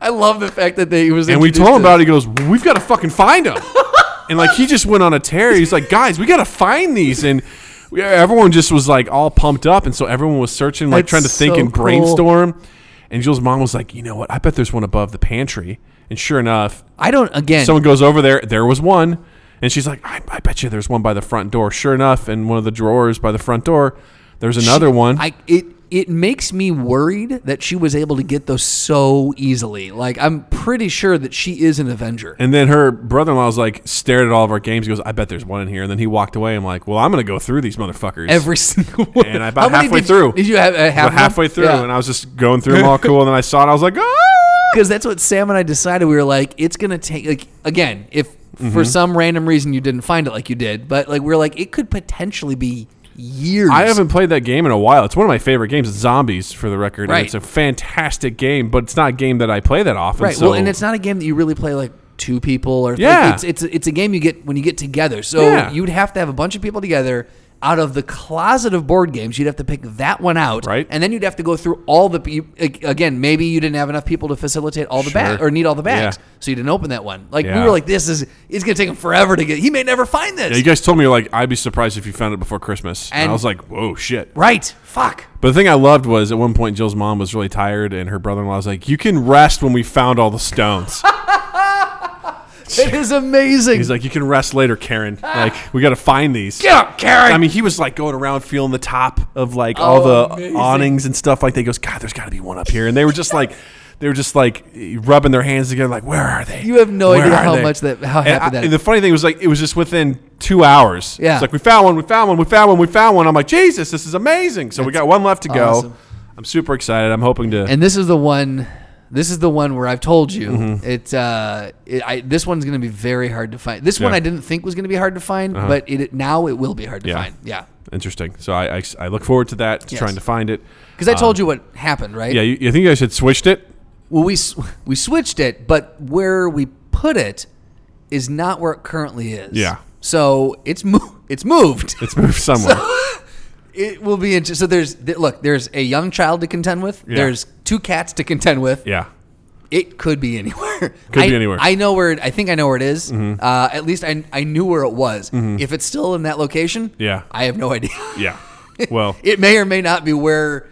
A: I love the fact that they it was.
B: And we
A: introduced
B: told him
A: to-
B: about it. He goes, "We've got to fucking find them." and like he just went on a tear. He's like, "Guys, we got to find these." And we, everyone just was like all pumped up, and so everyone was searching, like
A: That's
B: trying to think
A: so
B: and
A: cool.
B: brainstorm. And Jill's mom was like, "You know what? I bet there's one above the pantry." And sure enough,
A: I don't. Again,
B: someone goes over there. There was one, and she's like, I, "I bet you there's one by the front door." Sure enough, in one of the drawers by the front door, there's another
A: she-
B: one.
A: I it it makes me worried that she was able to get those so easily. Like I'm pretty sure that she is an Avenger.
B: And then her brother in law was like, stared at all of our games. He goes, I bet there's one in here. And then he walked away. I'm like, well, I'm going to go through these motherfuckers.
A: Every single one.
B: And I- about
A: How many
B: halfway
A: did-
B: through.
A: Did you have uh, half
B: About halfway through, and I was just going through them all cool. And then I saw it. I was like, oh!
A: Because that's what Sam and I decided. We were like, it's gonna take. Like again, if for some random reason you didn't find it like you did, but like we are like, it could potentially be years.
B: I haven't played that game in a while. It's one of my favorite games. It's Zombies, for the record. and
A: Right.
B: it's a fantastic game, but it's not a game that I play that often.
A: Right.
B: So
A: well, and it's not a game that you really play like two people or like,
B: Yeah.
A: it's it's it's a game you get when you get together. So
B: Yeah.
A: you'd have to have a bunch of people together. Out of the closet of board games, you'd have to pick that one out,
B: Right.
A: And then you'd have to go through all the you- ag- again. Maybe you didn't have enough people to facilitate all the bags
B: Sure.
A: or need all the bags,
B: Yeah.
A: so you didn't open that one. Like we
B: Yeah.
A: were like, this is it's gonna take him forever to get. He may never find this,
B: Yeah, you guys told me like I'd be surprised if you found it before Christmas, and,
A: And-
B: I was like, "Whoa, shit!"
A: right? Fuck.
B: But the thing I loved was at one point Jill's mom was really tired, and her brother-in-law was like, "You can rest when we found all the stones."
A: It is amazing.
B: He's like, "You can rest later, Karen. Like, we got to find these."
A: Get up, Karen.
B: I mean, he was like going around feeling the top of like all
A: Oh,
B: the
A: amazing.
B: awnings and stuff like that. He goes, God, there's got to be one up here. And they were just like, they were just like rubbing their hands together, like, where are they?
A: You have no
B: Where
A: idea
B: are
A: how much that- how
B: And
A: happy
B: I-
A: that
B: and the funny thing was like, it was just within two hours.
A: Yeah.
B: It's like, we found one, we found one, we found one, we found one. I'm like, Jesus, this is amazing. So we got one left to go.
A: awesome.
B: I'm super excited. I'm hoping to.
A: and this is the one this is the one where I've told you
B: Mm-hmm.
A: it's uh it, I, this one's gonna be very hard to find. This one
B: Yeah. Uh-huh.
A: I didn't think was gonna be hard to find, but it now it will be hard to
B: Yeah.
A: find. Yeah,
B: Interesting. So I, I, I look forward to that, to
A: Yes.
B: trying to find it.
A: because I told you what happened, right?
B: Um, Yeah, you, I think you guys had switched it.
A: Well, we s- we switched it, but where we put it is not where it currently is.
B: Yeah.
A: So it's mo- it's moved.
B: It's moved somewhere.
A: it will be interesting. So there's th- look, there's a young child to contend with.
B: Yeah.
A: There's two cats to contend with.
B: yeah.
A: It could be anywhere.
B: Could
A: I,
B: be anywhere. Mm-hmm.
A: I know where. It, I think I know where it is. Uh, at least I, I knew where it was. If it's still in that location,
B: Yeah.
A: I have no idea.
B: Yeah. Well.
A: it may or may not be where.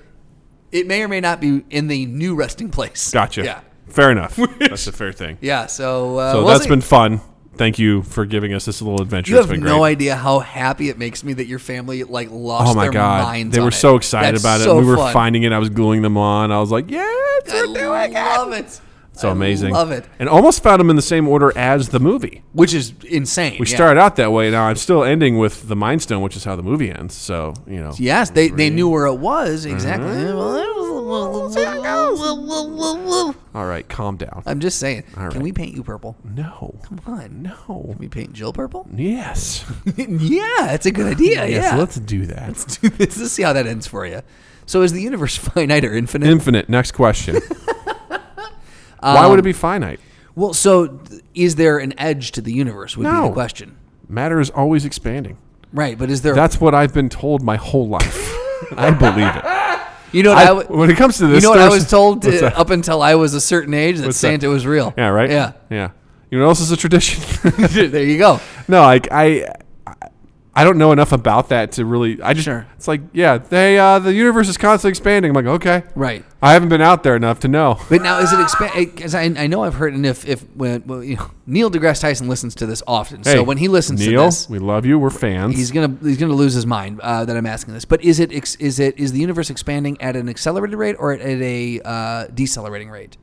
A: It may or may not be in the new resting place.
B: Gotcha.
A: Yeah.
B: Fair enough. That's a fair thing.
A: Yeah. So. Uh,
B: So
A: we'll
B: that's
A: see.
B: been fun. Thank you for giving us this little adventure.
A: You
B: It's
A: have
B: been
A: no
B: great.
A: idea how happy it makes me that your family like lost.
B: Oh my
A: their
B: god,
A: minds
B: they
A: on
B: were
A: it.
B: so excited
A: That's
B: about it.
A: so
B: we were
A: fun.
B: finding it. I was gluing them on. I was like, "Yeah, it's
A: I
B: worth doing it."
A: love it.
B: So
A: I
B: amazing.
A: Love it.
B: And almost found them in the same order as the movie.
A: Which is insane.
B: We
A: yeah.
B: started out that way. Now I'm still ending with the Mind Stone, which is how the movie ends. So you know,
A: Yes, they, they knew where it was exactly. Yeah, well, that was a little-
B: all right, calm down.
A: I'm just saying.
B: right.
A: Can we paint you purple?
B: no,
A: Uh, Come on. Can
B: no,
A: we paint Jill purple?
B: yes,
A: yeah, it's a good idea.
B: yes.
A: yeah.
B: Let's do that.
A: let's do this. Let's see how that ends for you. So, is the universe finite or infinite?
B: Infinite. Next question. Why
A: Um,
B: would it be finite?
A: well, so th- is there an edge to the universe? Would be
B: No.
A: the question.
B: Matter is always expanding.
A: Right, but is there?
B: That's what I've been told my whole life. I believe it.
A: you know what I,
B: I-
A: w-
B: when it comes to
A: you
B: this,
A: know what I
B: there's-
A: was told
B: What's
A: uh
B: that?
A: up until I was a certain age that
B: What's that?
A: Santa was real.
B: Yeah, right.
A: Yeah,
B: yeah. You know what else is a tradition?
A: there you go.
B: no, like I, I don't know enough about that to really. I just,
A: Sure.
B: it's like, yeah, they, uh, the universe is constantly expanding. I'm like, okay,
A: Right.
B: I haven't been out there enough to know.
A: But now, is it expand? Because I, I know I've heard, and if if when well, you know, Neil deGrasse Tyson listens to this often,
B: Hey,
A: so when he listens
B: Neil,
A: to this,
B: we love you. We're fans.
A: he's gonna he's gonna lose his mind uh, that I'm asking this. But is it ex- is it is the universe expanding at an accelerated rate or at, at a uh, decelerating rate?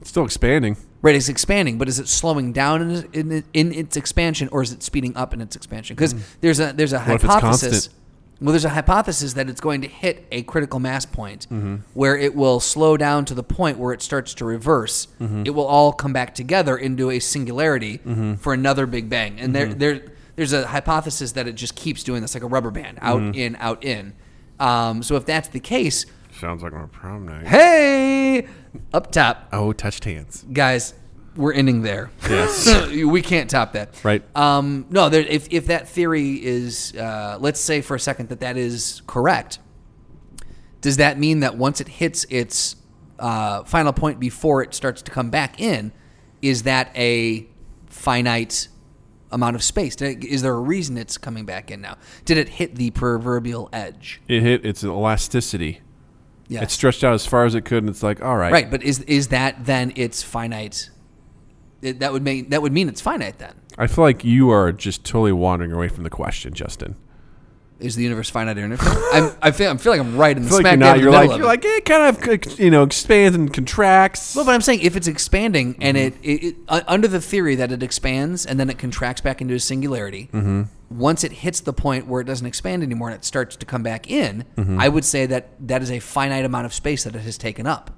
B: It's still expanding.
A: Right, it's expanding, but is it slowing down in it- in, it- in its expansion or is it speeding up in its expansion? Because there's a there's a
B: Mm. What if it's
A: hypothesis.
B: constant?
A: Well, there's a hypothesis that it's going to hit a critical mass point
B: Mm-hmm.
A: where it will slow down to the point where it starts to reverse.
B: Mm-hmm.
A: It will all come back together into a singularity for another big bang. And
B: Mm-hmm.
A: there there there's a hypothesis that it just keeps doing this like a rubber band, out
B: Mm-hmm.
A: in, out in. Um, so if that's the case,
B: Sounds like a prom night.
A: hey, up top
B: Oh, touched hands.
A: guys, we're ending there.
B: Yes.
A: we can't top that.
B: Right.
A: Um, no, there, if, if that theory is, uh, let's say for a second that that is correct, does that mean that once it hits its uh, final point before it starts to come back in, is that a finite amount of space? Did it- Is there a reason it's coming back in now? Did it hit the proverbial edge?
B: It hit its elasticity.
A: Yeah.
B: It stretched out as far as it could, and it's like, all right,
A: right, but is is that then its finite? It, that would make that would mean it's finite then.
B: I feel like you are just totally wandering away from the question, Justin.
A: is the universe finite or infinite? I'm, I feel, I feel like I'm right in the
B: I feel like
A: smack dab
B: you're not.
A: in
B: You're
A: the
B: like
A: middle of
B: you're
A: it.
B: like it kind of ex- you know expands and contracts.
A: Well, but I'm saying if it's expanding and it, it, it uh, under the theory that it expands and then it contracts back into a singularity. Once it hits the point where it doesn't expand anymore and it starts to come back in, I would say that that is a finite amount of space that it has taken up.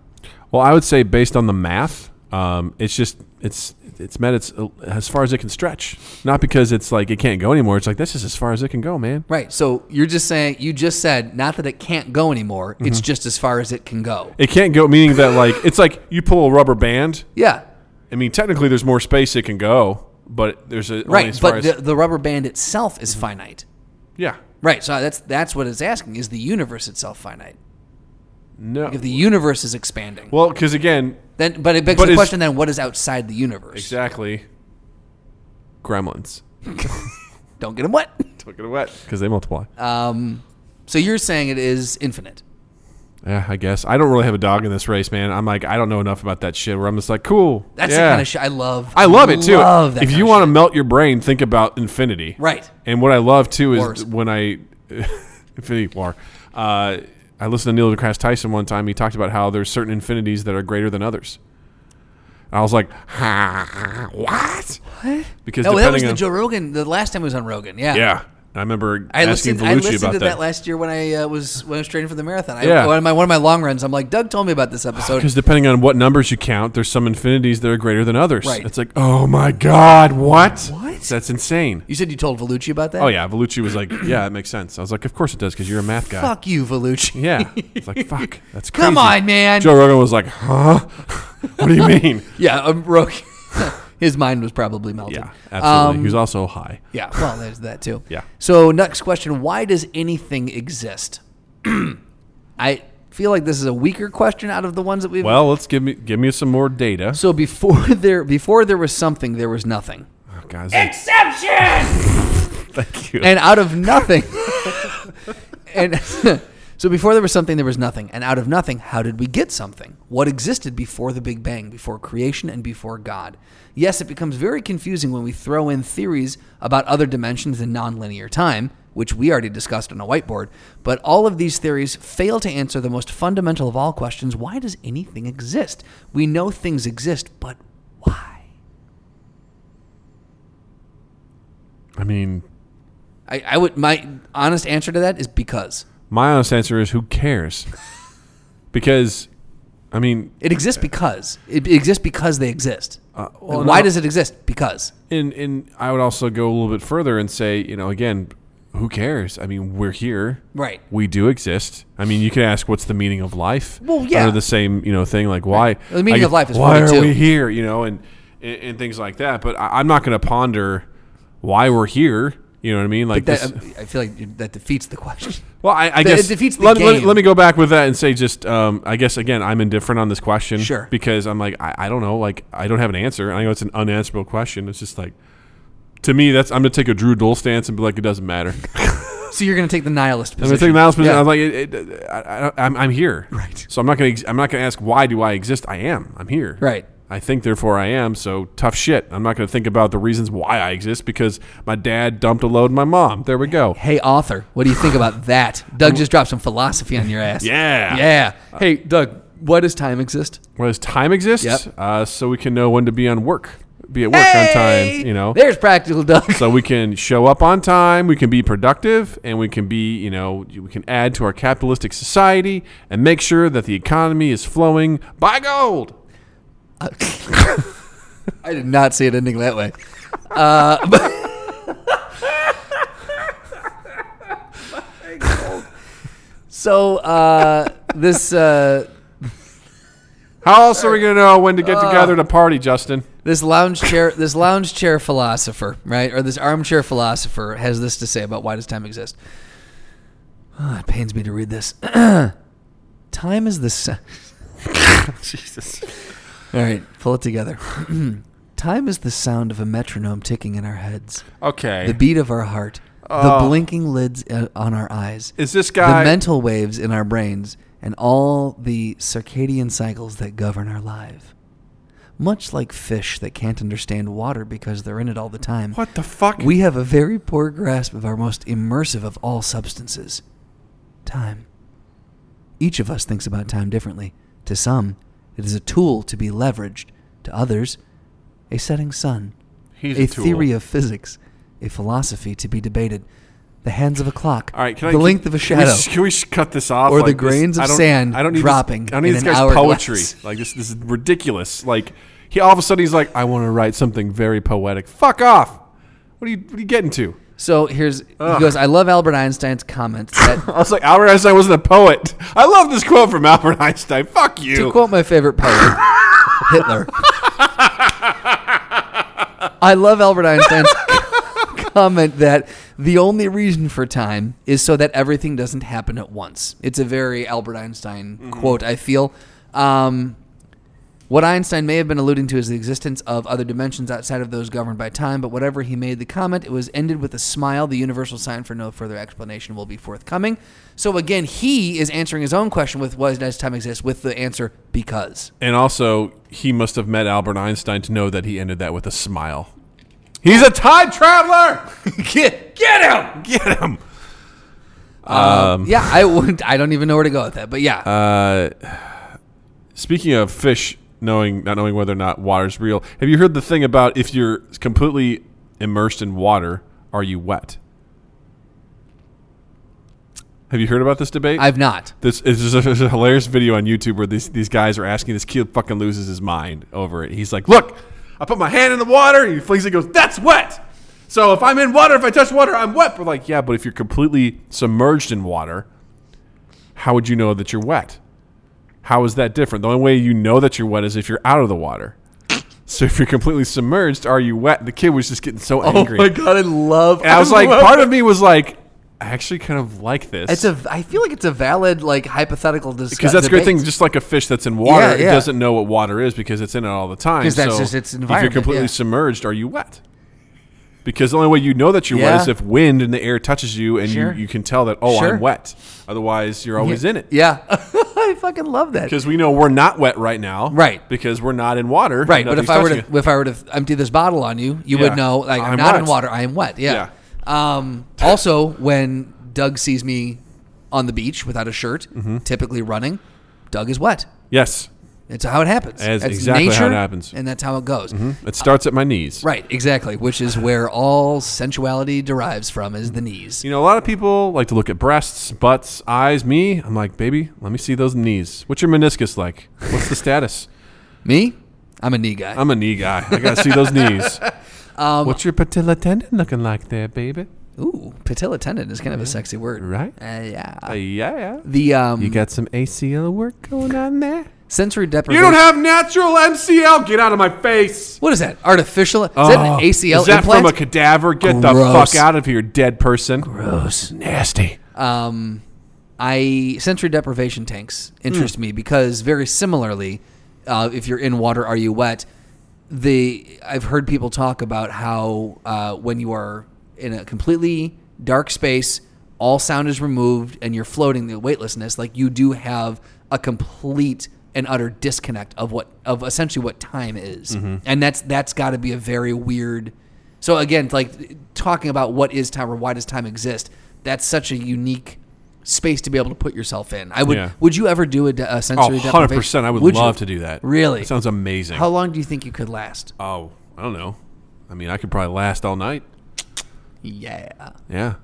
B: Well, I would say based on the math, um, it's just it's it's met its uh, as far as it can stretch. Not because it's like it can't go anymore. It's like this is as far as it can go, man.
A: Right. So you're just saying you just said not that it can't go anymore. It's just as far as it can go.
B: It can't go, meaning that like it's like you pull a rubber band.
A: Yeah.
B: I mean, technically, there's more space it can go, but there's a only
A: right,
B: as far
A: but
B: as-
A: the, the rubber band itself is finite.
B: yeah,
A: Right, so that's that's what it's asking: is the universe itself finite?
B: no.
A: If the universe is expanding,
B: well, because again,
A: then but it begs
B: but
A: the
B: is-
A: question: then what is outside the universe?
B: exactly, gremlins
A: Don't get them wet.
B: took it wet because they multiply.
A: Um, so you're saying it is infinite.
B: yeah, I guess I don't really have a dog in this race, man. I'm like, I don't know enough about that shit. Where I'm just like, cool.
A: That's
B: yeah.
A: the kind of shit I love.
B: I love it too.
A: Love that
B: if you want to melt your brain, think about infinity.
A: Right.
B: And what I love too is
A: Wars.
B: when I infinity war. Uh, I listened to Neil deGrasse Tyson one time. He talked about how there's certain infinities that are greater than others. And I was like, ha, what? What? Because
A: No, that was
B: depending
A: the
B: on
A: Joe Rogan. The last time it was on Rogan. Yeah.
B: yeah, And I remember
A: I
B: asking
A: listened.
B: Belushi
A: I listened
B: about
A: to
B: that
A: that last year when I uh, was when I was training for the marathon. I,
B: Yeah.
A: one of my one of my long runs. I'm like, Doug told me about this episode.
B: because depending on what numbers you count, there's some infinities that are greater than others.
A: Right.
B: It's like, oh my god, what?
A: What?
B: That's insane.
A: You said you told Volucci about that.
B: Oh yeah, Vellucci was like, yeah, it makes sense. I was like, of course it does because you're a math guy.
A: Fuck you, Volucci.
B: Yeah. It's like, fuck, that's crazy.
A: Come on, man.
B: Joe Rogan was like, huh? what do you mean?
A: Yeah, um, Rogan. His mind was probably melted.
B: yeah, absolutely.
A: Um,
B: he was also high.
A: Yeah, well, there's that too.
B: Yeah.
A: So, next question Why does anything exist? I feel like this is a weaker question out of the ones that we've.
B: Well, let's give me give me some more data.
A: so, before there, before there was something, there was nothing.
B: Oh, guys,
D: Exception!
B: thank you.
A: And out of nothing. and so, before there was something, there was nothing. And out of nothing, how did we get something? What existed before the Big Bang, before creation, and before God? Yes, it becomes very confusing when we throw in theories about other dimensions and nonlinear time, which we already discussed on a whiteboard. But all of these theories fail to answer the most fundamental of all questions why does anything exist? We know things exist, but why?
B: I mean,
A: I, I would my honest answer to that is because
B: my honest answer is who cares? Because, I mean,
A: It exists because it exists because they exist.
B: well,
A: And why
B: no.
A: does it exist? Because
B: in in I would also go a little bit further and say, you know, again, who cares? I mean, we're here.
A: right.
B: We do exist. I mean, you can ask what's the meaning of life.
A: Well, yeah.
B: Under the same, you know, thing like why
A: The meaning
B: I-
A: of life is
B: why are
A: 42.
B: we here? You know, and and, and things like that. But I, I'm not going to ponder why we're here. You know what I mean? Like
A: That, um,
B: this,
A: I feel like that defeats the question.
B: well, I, I
A: that- it
B: guess
A: defeats the
B: let, let-
A: game.
B: let me go back with that and say just um, I guess again I'm indifferent on this question.
A: Sure.
B: Because I'm like I, I don't know like I don't have an answer. I know it's an unanswerable question. It's just like to me that's I'm gonna take a Drew Dole stance and be like it doesn't matter.
A: So you're going to take the nihilist
B: I'm
A: position.
B: gonna take Niles' position.
A: Yeah.
B: I'm like it, it, I, I, I'm I'm here.
A: Right.
B: So I'm not gonna ex- I'm not gonna ask why do I exist. I am. I'm here.
A: Right.
B: I think therefore I am. So tough shit. I'm not gonna think about the reasons why I exist because my dad dumped a load. My mom. There we go.
A: hey, author, what do you think about that? Doug just dropped some philosophy on your ass.
B: Yeah. Uh,
A: Yeah. Hey, Doug, why does time exist?
B: Well, does time exist?
A: Yep.
B: Uh, so we can know when to be on work, be at work on
A: Hey!
B: time. You know.
A: There's practical Doug.
B: so we can show up on time, we can be productive, and we can be, you know, we can add to our capitalistic society and make sure that the economy is flowing by gold.
A: I did not see it ending that way. Uh, so uh, this uh,
B: How else are we going to know when to get together to party, Justin?
A: this lounge chair this lounge chair philosopher right or this armchair philosopher has this to say about why does time exist Ah, it pains me to read this time is the se-
B: Jesus.
A: all right pull it together time is the sound of a metronome ticking in our heads
B: Okay.
A: the beat of our heart the blinking lids uh, on our eyes
B: is this
A: the
B: guy
A: mental waves in our brains and all the circadian cycles that govern our life. Much like fish that can't understand water because they're in it all the time,
B: What the fuck?
A: we have a very poor grasp of our most immersive of all substances time. Each of us thinks about time differently. To some, it is a tool to be leveraged, to others, a setting sun
B: He's
A: a,
B: tool.
A: theory of physics, a philosophy to be debated, the hands of a clock,
B: All right, can I
A: the
B: can-
A: length of a
B: can we
A: shadow.
B: s- Can we, s- cut this off?
A: Or the
B: this-
A: grains of
B: I don't-
A: sand
B: I don't need
A: dropping
B: This, I don't need
A: in
B: this
A: an
B: guy's
A: hourglass.
B: poetry. Like this, this is ridiculous. Like he all of a sudden he's like, I want to write something very poetic. Fuck off. What are you? What are you getting to?
A: So here's he goes. I love Albert Einstein's comments. That,
B: I was like, Albert Einstein wasn't a poet. I love this quote from Albert Einstein. Fuck you.
A: to quote my favorite poet, Hitler. I love Albert Einstein's comment that the only reason for time is so that everything doesn't happen at once. It's a very Albert Einstein quote, I feel. Um, what Einstein may have been alluding to is the existence of other dimensions outside of those governed by time, but whatever he made the comment, it was ended with a smile, the universal sign for no further explanation will be forthcoming. So again, he is answering his own question with why does time exist with the answer because.
B: And also, he must have met Albert Einstein to know that he ended that with a smile. He's a time traveler.
A: Get-
D: Get him!
B: Get him.
A: yeah, I would I don't even know where to go with that, but yeah.
B: Speaking of fish knowing not knowing whether or not water's real, have you heard the thing about if you're completely immersed in water, are you wet? Have you heard about this debate?
A: I've not.
B: This is a, there's a hilarious video on YouTube where these these guys are asking this kid fucking loses his mind over it. He's like, "Look, I put my hand in the water." And he flings it, goes, "That's wet." So if I'm in water, if I touch water, I'm wet. We're like, yeah, but if you're completely submerged in water, how would you know that you're wet? How is that different? The only way you know that you're wet is if you're out of the water. So if you're completely submerged, are you wet? The kid was just getting so angry.
A: god, I love.
B: and Oh I was like, part of me was like, I actually kind of like this.
A: It's a. I feel like it's a valid like hypothetical discussion
B: Because that's a great thing. Just like a fish that's in water,
A: Yeah, yeah.
B: it doesn't know what water is because it's in it all the time.
A: 'Cause that's
B: So
A: just its
B: If you're
A: environment,
B: completely
A: yeah.
B: submerged, are you wet? Because the only way you know that you're
A: Yeah.
B: wet is if wind and the air touches you, and
A: Sure.
B: you, you can tell that oh
A: Sure.
B: I'm wet. Otherwise, you're always in it.
A: Yeah, I fucking love that.
B: Because we know we're not wet right now,
A: Right.
B: Because we're not in water,
A: Right, but if I were
B: Nothing's touching
A: to if I were to empty this bottle on you, you
B: Yeah.
A: would know. Like I'm,
B: I'm
A: not in
B: wet.
A: water. I am wet. Yeah. Um, also, when Doug sees me on the beach without a shirt,
B: Mm-hmm.
A: typically running, Doug is wet.
B: it. yes,
A: That's how it happens.
B: That's
A: That's
B: exactly how it
A: nature,
B: happens. Mm-hmm.
A: and that's how it goes.
B: it starts at my knees.
A: Right, exactly. Which is where all sensuality derives from, is the knees.
B: You know, a lot of people like to look at breasts, butts, eyes. Me, I'm like, baby, let me see those knees. What's your meniscus like? What's the status?
A: Me, I'm a knee guy.
B: I'm a knee guy. I gotta see those knees.
A: Um,
B: What's your patella tendon looking like there, baby?
A: Ooh, patella tendon is kind of a sexy word,
B: Right?
A: Uh, yeah.
B: yeah.
A: The um,
B: You got some ACL work going on there.
A: sensory
B: You
A: deprivation.
B: don't have natural MCL. Get out of my face.
A: What is that? Artificial? Is that an ACL
B: Oh. Is that
A: implant?
B: from a cadaver? Get the
A: Gross.
B: fuck out of here, dead person. Gross. Nasty.
A: um, I sensory deprivation tanks interest me because very similarly, uh, if you're in water, are you wet? The I've heard people talk about how uh, when you are in a completely dark space, all sound is removed and you're floating the weightlessness. Like you do have a complete and utter disconnect of what of essentially what time is, and that's that's got to be a very weird so again, like talking about what is time or why does time exist, that's such a unique space to be able to put yourself in. I would.
B: Yeah.
A: Would you ever do a, de- a
B: Oh,
A: sensory?
B: 100%. I would, love to do that.
A: Really?
B: That sounds amazing.
A: How long do you think you could last?
B: oh, I don't know. I mean, I could probably last all night.
A: Yeah.
B: Yeah.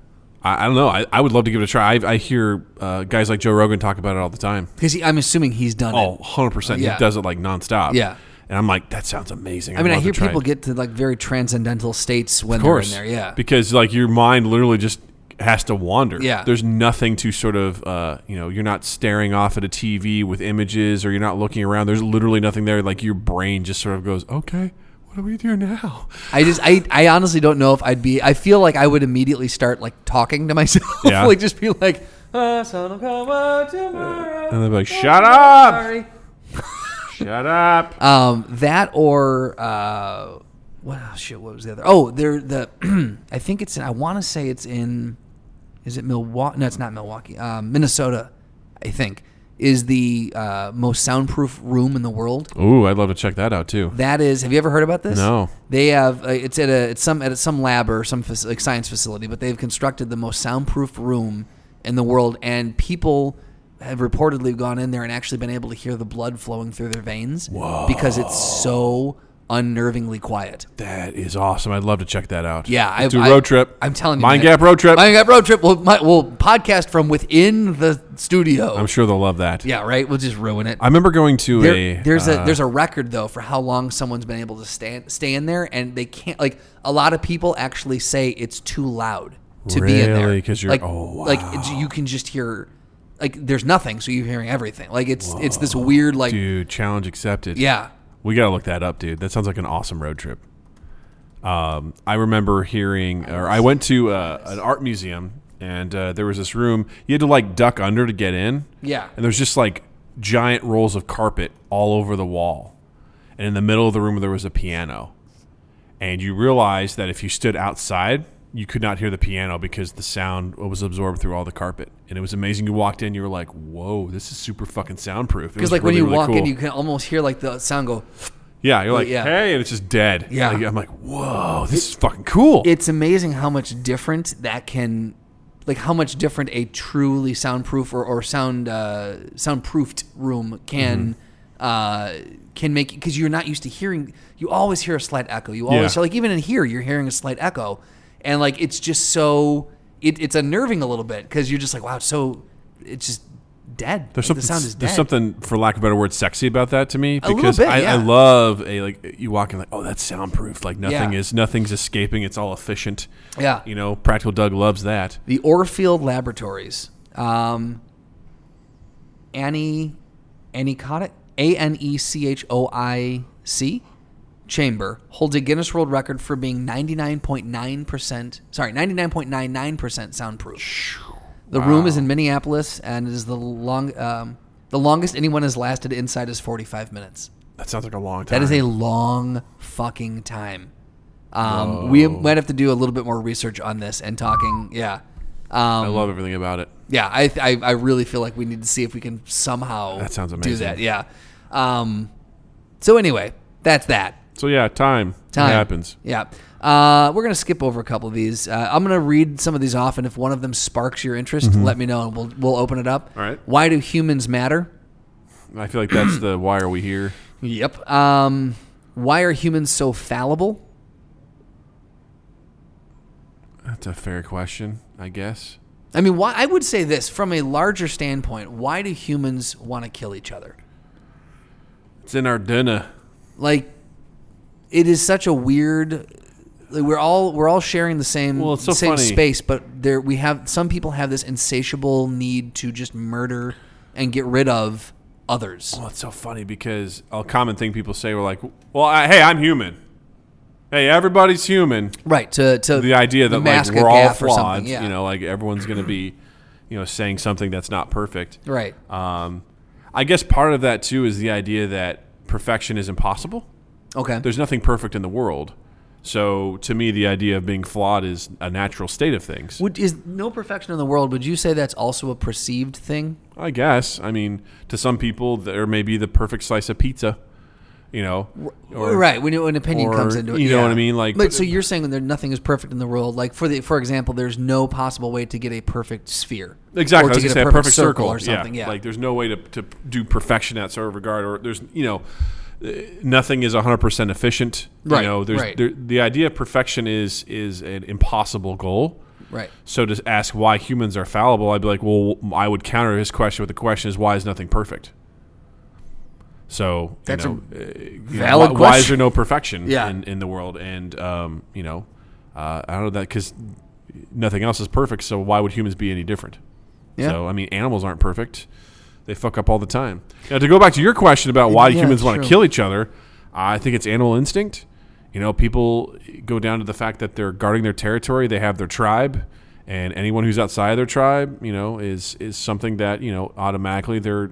B: I, I don't know. I, I would love to give it a try. I, I hear uh, guys like Joe Rogan talk about it all the time.
A: Because I'm assuming he's done
B: Oh,
A: it.
B: 100%.
A: Yeah.
B: He does it like nonstop.
A: Yeah.
B: And I'm like, that sounds amazing.
A: I mean, I
B: love to
A: hear
B: try
A: people
B: it.
A: get to like very transcendental states when
B: of
A: they're in
B: course.
A: there. Yeah.
B: Because like your mind literally just has to wander.
A: Yeah.
B: There's nothing to sort of, uh, you know, you're not staring off at a TV with images or you're not looking around. There's literally nothing there. Like your brain just sort of goes, okay, what do we do now?
A: I just, I, I honestly don't know if I'd be. I feel like I would immediately start like talking to myself.
B: Yeah.
A: like just be like, "Uh, sun'll come out tomorrow."
B: And they're like, shut up.
A: Sorry.
B: Shut up.
A: Um, that or uh, what? Oh, shit, what was the other? Oh, there. The I think it's in. I want to say it's in. Is it Milwaukee? No, it's not Milwaukee. Um, Minnesota, I think, is the uh, most soundproof room in the world.
B: Ooh, I'd love to check that out too.
A: That is. Have you ever heard about this?
B: No.
A: They have. Uh, it's at a. It's some at some lab or some fac- like science facility, but they've constructed the most soundproof room in the world, and people have reportedly gone in there and actually been able to hear the blood flowing through their veins because it's so unnervingly quiet.
B: That is awesome. I'd love to check that out.
A: Yeah,
B: Let's do
A: I-
B: a
A: I-
B: road trip.
A: I'm telling you,
B: mind
A: man.
B: gap road trip.
A: Mind Gap Road Trip. We'll, mi- we'll podcast from within the studio.
B: I'm sure they'll love that.
A: yeah, right. We'll just ruin it.
B: I remember going to
A: There-
B: a
A: there's
B: uh,
A: a there's a record though for how long someone's been able to stand stay in there, and they can't like a lot of people actually say it's too loud to be in there
B: Really? 'Cause you're-
A: like
B: oh, wow.
A: like it's- you can just hear like there's nothing, so you're hearing everything. Like it's it's this weird like
B: dude challenge accepted.
A: yeah
B: we gotta look that up, dude. That sounds like an awesome road trip. Um, I remember hearing, or I went to uh, an art museum, and uh, there was this room you had to like duck under to get in.
A: Yeah.
B: and there's just like giant rolls of carpet all over the wall, and in the middle of the room there was a piano, and you realized that if you stood outside. You could not hear the piano because the sound was absorbed through all the carpet, and it was amazing. You walked in, you were like, "Whoa, this is super fucking soundproof."
A: Because like when you walk in, you can almost hear like the sound go.
B: Yeah, you're like,
A: Yeah.
B: hey, and it's just dead.
A: Yeah.
B: Like, I'm like, whoa, this is fucking cool.
A: It's amazing how much different that can, like how much different a truly soundproof or, or sound uh, soundproofed room can
B: Mm-hmm.
A: uh, can make because you're not used to hearing. You always hear a slight echo. You always
B: Yeah.
A: like even in here you're hearing a slight echo, and like it's just so it, it's unnerving a little bit because you're just like wow it's so it's just dead.
B: there's
A: Like,
B: something,
A: the sound is dead.
B: there's something, for lack of a better word, sexy about that to me
A: little
B: because
A: bit,
B: I,
A: yeah.
B: I love a like you walk in like, oh, that's soundproof. Like nothing
A: Yeah.
B: is, nothing's escaping. It's all efficient.
A: Yeah.
B: you know, Practical Doug loves that.
A: the Orfield Laboratories. Um, Annie, Anecotic, A N E C H O I C chamber holds a Guinness World Record for being 99.9%, sorry, 99.99% soundproof. The room is in Minneapolis and it is the long um, the longest anyone has lasted inside is 45 minutes.
B: That sounds like a long time.
A: That is a long fucking time. Um, we might have to do a little bit more research on this and talking. Yeah.
B: I
A: Um,
B: love everything about it.
A: yeah, I, I I really feel like we need to see if we can somehow
B: That sounds
A: do
B: amazing.
A: that. Yeah. Um, so anyway, that's that.
B: So yeah, time,
A: Time
B: It happens.
A: Yeah. Uh, we're gonna skip over a couple of these. Uh, I'm gonna read some of these off, and if one of them sparks your interest, let me know, and we'll we'll open it up.
B: Mm-hmm. All right.
A: Why do humans matter?
B: I feel like that's the why are we here?
A: Yep. Um, why are humans so fallible?
B: That's a fair question, I guess.
A: I mean, why? I would say this from a larger standpoint. Why do humans want to kill each other?
B: It's in our dinner.
A: Like, it is such a weird. Like we're all we're all sharing the same
B: Well, it's so
A: same
B: funny.
A: space, but there we have some people have this insatiable need to just murder and get rid of others.
B: Well, it's so funny because a common thing people say were like, "Well, I, hey, I'm human. Hey, everybody's human."
A: Right. To to
B: The idea that like
A: mask a
B: we're all
A: gap or something,
B: flawed,
A: yeah.
B: you know, like everyone's going to be, you know, saying something that's not perfect.
A: Right.
B: Um, I guess part of that too is the idea that perfection is impossible.
A: Okay.
B: There's nothing perfect in the world. So to me, the idea of being flawed is a natural state of things.
A: Would, is no perfection in the world? Would you say that's also a perceived thing?
B: I guess. I mean, to some people, there may be the perfect slice of pizza. You know, or-
A: right when, when opinion
B: or-
A: comes into it
B: you know
A: yeah.
B: what I mean? Like-
A: but so you're saying that nothing is perfect in the world like for the for example there's no possible way to get a perfect sphere
B: Exactly.
A: or
B: I
A: to
B: was
A: get
B: gonna
A: a
B: say
A: perfect, circle, or
B: Yeah,
A: something yeah,
B: Like there's no way to, to do perfection in that sort of regard, or there's you know, uh, nothing is 100 percent efficient.
A: Right,
B: You know, there's
A: right.
B: there, the idea of perfection is is an impossible goal.
A: right
B: So to ask why humans are fallible, I'd be like, well, I would counter his question with the question is why is nothing perfect? So you
A: That's a
B: know, uh, you know,
A: valid
B: why, why is
A: question.
B: there no perfection
A: Yeah.
B: in, in the world? And um, you know, uh, I don't know that because nothing else is perfect. So why would humans be any different?
A: Yeah.
B: So I mean, animals aren't perfect; they fuck up all the time. Now to go back to your question about why
A: Yeah,
B: humans want
A: true.
B: to kill each other, I think it's animal instinct. You know, people go down to the fact that they're guarding their territory; they have their tribe, and anyone who's outside of their tribe, you know, is is something that you know automatically they're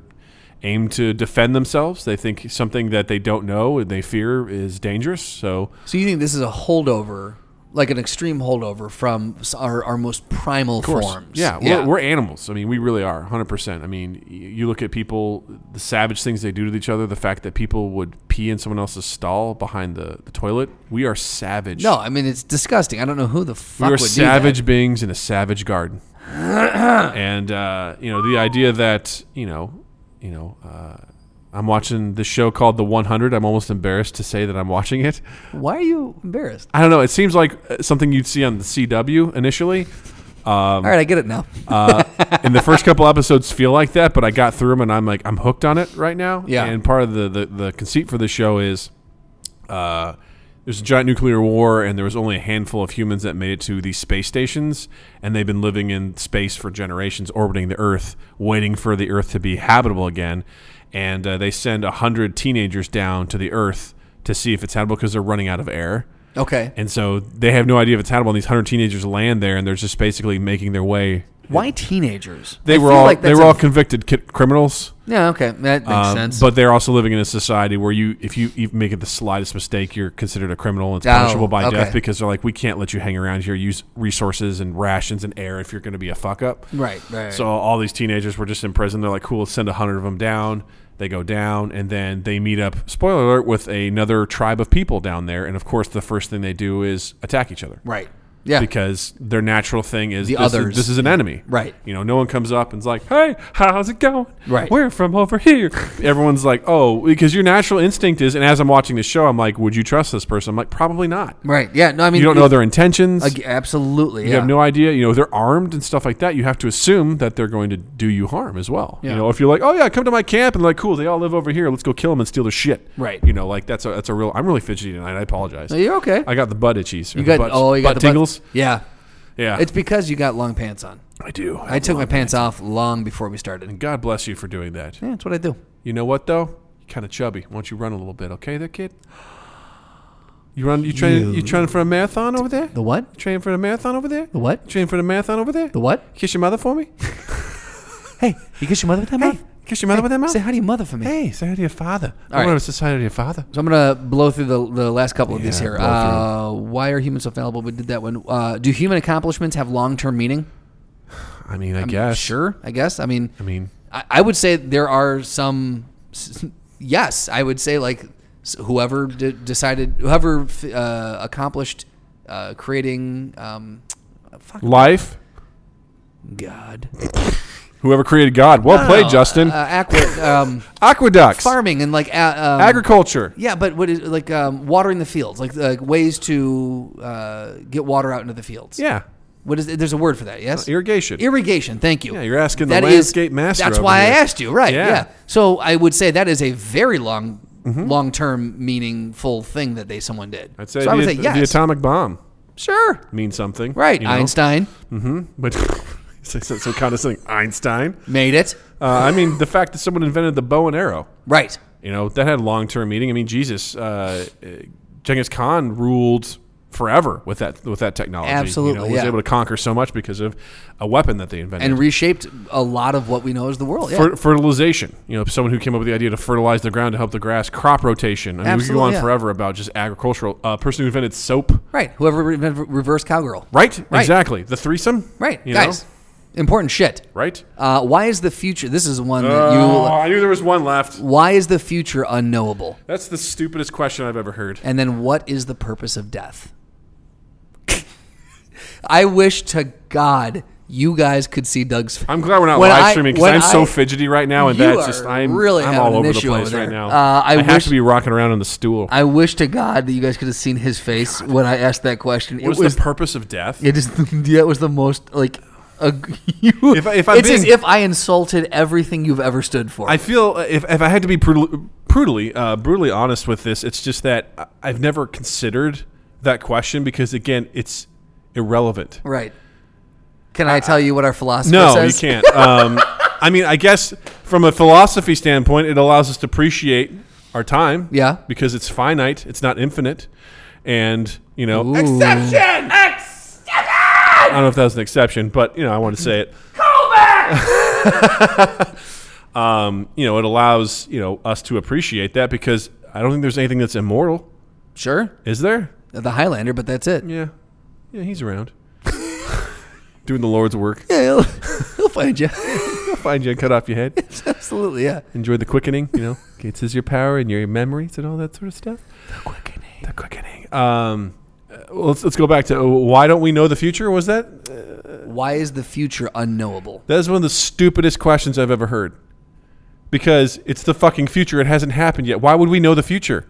B: aimed to defend themselves. They think something that they don't know and they fear is dangerous. So
A: so you think this is a holdover like an extreme holdover from s- our, our most primal forms
B: Yeah, we're, we're animals. I mean, we really are, 100%. I mean, y- you look at people, the savage things they do to each other, the fact that people would pee in someone else's stall behind the, the toilet. We are savage.
A: no i mean it's disgusting i don't know who the
B: we
A: fuck
B: are
A: would
B: savage
A: do
B: beings in a savage garden. and, uh, you know, the idea that, you know, you know, uh, I'm watching this show called The 100. I'm almost embarrassed to say that I'm watching it.
A: that. why are you embarrassed
B: I don't know. It seems like uh, something you'd see on the CW initially. Um,
A: all right i get it now
B: and the first couple episodes feel like that, but I got through them and I'm like, I'm hooked on it right now.
A: Yeah.
B: And part of the, the, the conceit for the show is uh, there's a giant nuclear war, and there was only a handful of humans that made it to these space stations, and they've been living in space for generations, orbiting the Earth, waiting for the Earth to be habitable again. And uh, they send a hundred teenagers down to the Earth to see if it's habitable because they're running out of air.
A: Okay.
B: And so they have no idea if it's habitable. And these hundred teenagers land there, and they're just basically making their way.
A: Why teenagers?
B: They
A: I
B: were
A: feel
B: all
A: like
B: they
A: that's
B: were
A: a-
B: all convicted ki- criminals,
A: yeah. Okay, that makes
B: um,
A: sense.
B: but they're also living in a society where you, if you even make the slightest mistake, you're considered a criminal. It's
A: Oh,
B: punishable by
A: okay.
B: death because they're like, we can't let you hang around here. Use resources and rations and air if you're going to be a fuck up.
A: right. Right.
B: So all these teenagers were just in prison. They're like, cool, let's send a hundred of them down. They go down, and then they meet up. Spoiler alert: with another tribe of people down there, and of course, the first thing they do is attack each other.
A: right. Yeah.
B: Because their natural thing is
A: The
B: this,
A: others.
B: Is, this is an enemy,
A: Right.
B: You know, no one comes up and's like, "Hey, how's it going?
A: Right.
B: we're from over here." Everyone's like, "Oh," because your natural instinct is. And as I'm watching this show, I'm like, "Would you trust this person?" I'm like, "Probably not."
A: right. Yeah. No, I mean
B: You don't know their intentions.
A: Ag- absolutely.
B: You
A: yeah.
B: have no idea. You know, they're armed and stuff like that. You have to assume that they're going to do you harm as well.
A: Yeah.
B: You know, if you're like, oh yeah, come to my camp and like, cool, they all live over here. Let's go kill them and steal their shit.
A: Right.
B: You know, like that's a that's a real. I'm really fidgety tonight. I apologize.
A: No, you're okay.
B: I got the butt itchies. or
A: you got
B: the butt,
A: oh, you got
B: butt
A: the
B: tingles.
A: Yeah.
B: Yeah,
A: It's because you got long pants on.
B: I do.
A: I took my pants off long before we started.
B: God bless you for doing that.
A: Yeah, that's what I do.
B: You know what though? You're kind of chubby. Why don't you run a little bit, okay, there, kid? You run. You train. You training for a marathon over there?
A: The what?
B: Training for the marathon over there?
A: The what?
B: Training for the marathon over there?
A: The what?
B: Kiss your mother for me.
A: Hey, you kiss your mother with that
B: Hey,
A: mouth?
B: kiss your mother with that mouth.
A: Say hi to your mother for me.
B: Hey, say hi to your father.
A: right.
B: I want to say hi to your father.
A: So I'm gonna blow through the, the last couple of these
B: Yeah,
A: here.
B: blow through
A: Uh, why are humans so fallible? We did that one. Uh, do human accomplishments have long term meaning?
B: I mean, I guess.
A: Sure, I guess. I mean,
B: I mean,
A: I, I would say there are some. s- Yes, I would say like s- whoever de- decided, whoever f- uh, accomplished uh, creating. Um, fuck
B: life.
A: God.
B: Whoever created God. Well played, Justin.
A: Uh, aqua, um,
B: Aqueducts.
A: farming and like uh, um,
B: agriculture.
A: Yeah, but what is like um, watering the fields, like like ways to uh, get water out into the fields.
B: Yeah.
A: What is there's a word for that? Yes.
B: Irrigation.
A: Irrigigation. Thank you.
B: Yeah, you're asking the
A: That is-
B: landscape master
A: That's
B: over
A: why I
B: here.
A: asked you, right? Yeah.
B: Yeah. Mm-hmm.
A: So I would say that is a very long, long-term, meaningful thing that they someone did.
B: I'd say,
A: so I
B: the,
A: would say
B: the
A: yes.
B: atomic bomb
A: sure.
B: means something.
A: Right.
B: you know?
A: Einstein
B: But so, so, so kind of something. Einstein.
A: made it.
B: Uh, I mean, the fact that someone invented the bow and arrow.
A: Right.
B: You know, that had long term meaning. I mean, Jesus, uh, uh, Genghis Khan ruled forever with that with that technology. You know,
A: Absolutely,
B: was
A: yeah.
B: able to conquer so much because of a weapon that they invented.
A: And reshaped a lot of what we know as the world. Yeah.
B: Fer- fertilization. You know, someone who came up with the idea to fertilize the ground to help the grass. Crop rotation. I mean, we could
A: Absolutely,
B: go on
A: yeah.
B: forever about just agricultural. A person who invented soap.
A: right. Whoever re- reverse cowgirl.
B: Right?
A: Right.
B: Exactly. The threesome.
A: Right.
B: You
A: Guys,
B: know?
A: important shit.
B: Right.
A: Uh, why is the future? This is one that
B: Oh,
A: you.
B: I knew there was one left.
A: Why is the future unknowable?
B: That's the stupidest question I've ever heard.
A: And then what is the purpose of death? I wish to God you guys could see Doug's face.
B: I'm glad we're not
A: When
B: live
A: I-
B: streaming
A: when
B: because I'm
A: I-
B: so fidgety right now, and
A: You
B: that's
A: are
B: just I'm
A: really
B: I'm
A: having
B: all
A: an
B: over the
A: issue
B: place
A: over
B: right
A: there.
B: now.
A: Uh, I
B: I, have
A: wish-
B: to be rocking around on the stool.
A: I wish to God that you guys could have seen his face when I asked that question.
B: what is
A: it was
B: the purpose of death?
A: it is that was the most like ag- you,
B: If I- if I'm
A: it's as
B: being-
A: if I insulted everything you've ever stood for.
B: I feel uh, if, if I had to be brutal, brutally uh, brutally honest with this, it's just that I- I've never considered that question because again, it's irrelevant.
A: right. Can I, tell you what our philosopher
B: No, you
A: says?
B: can't. Um, I mean, I guess from a philosophy standpoint, it allows us to appreciate our time.
A: Yeah.
B: because it's finite; it's not infinite, and you know,
D: Exception!
B: I don't know if that was an exception, but you know, I want to say it.
D: Call back!
B: Um, you know, it allows you know us to appreciate that because I don't think there's anything that's immortal,
A: Sure,
B: is there?
A: the Highlander, but that's it.
B: Yeah, yeah, he's around, doing the Lord's work.
A: Yeah, he'll, he'll find you.
B: Find you and cut off your head.
A: Absolutely, yeah.
B: Enjoy the quickening. You know, it says your power and your memories and all that sort of stuff. The quickening. Um, uh, well, let's let's go back to uh, why don't we know the future? Was that
A: Why is the future unknowable?
B: That is one of the stupidest questions I've ever heard. Because it's the fucking future. It hasn't happened yet. Why would we know the future?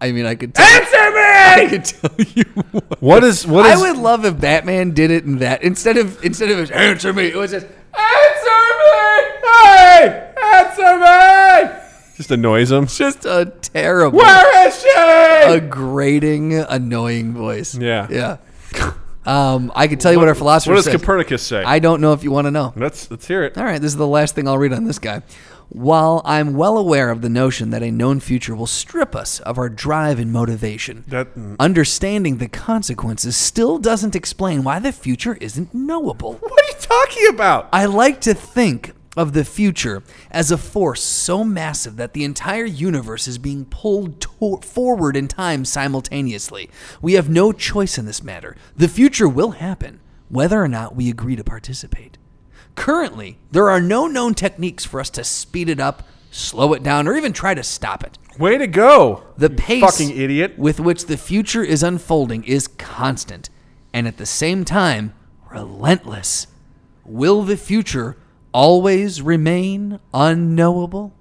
A: I mean, I could tell. Answer me! I could tell you. What.
B: What is what
A: I
B: is
A: would love if Batman did it in that instead of instead of answer me. It was just
D: Answer me!
B: Hey! Answer me! Just eh? annoys him.
A: just a terrible,
B: Where is she?
A: a grating, annoying voice.
B: Yeah.
A: yeah. Um, I could tell you what, our philosopher
B: what does
A: says.
B: Copernicus say?
A: I don't know if you want to know.
B: let's let's hear it.
A: All right, this is the last thing I'll read on this guy. While I'm well aware of the notion that a known future will strip us of our drive and motivation,
B: That- mm.
A: understanding the consequences still doesn't explain why the future isn't knowable.
B: What are you talking about?
A: I like to think of the future as a force so massive that the entire universe is being pulled to- forward in time simultaneously. We have no choice in this matter. The future will happen, whether or not we agree to participate. Currently, there are no known techniques for us to speed it up, slow it down, or even try to stop it.
B: Way to go.
A: The
B: you
A: pace
B: Fucking idiot.
A: with which the future is unfolding is constant and at the same time relentless. Will the future always remain unknowable?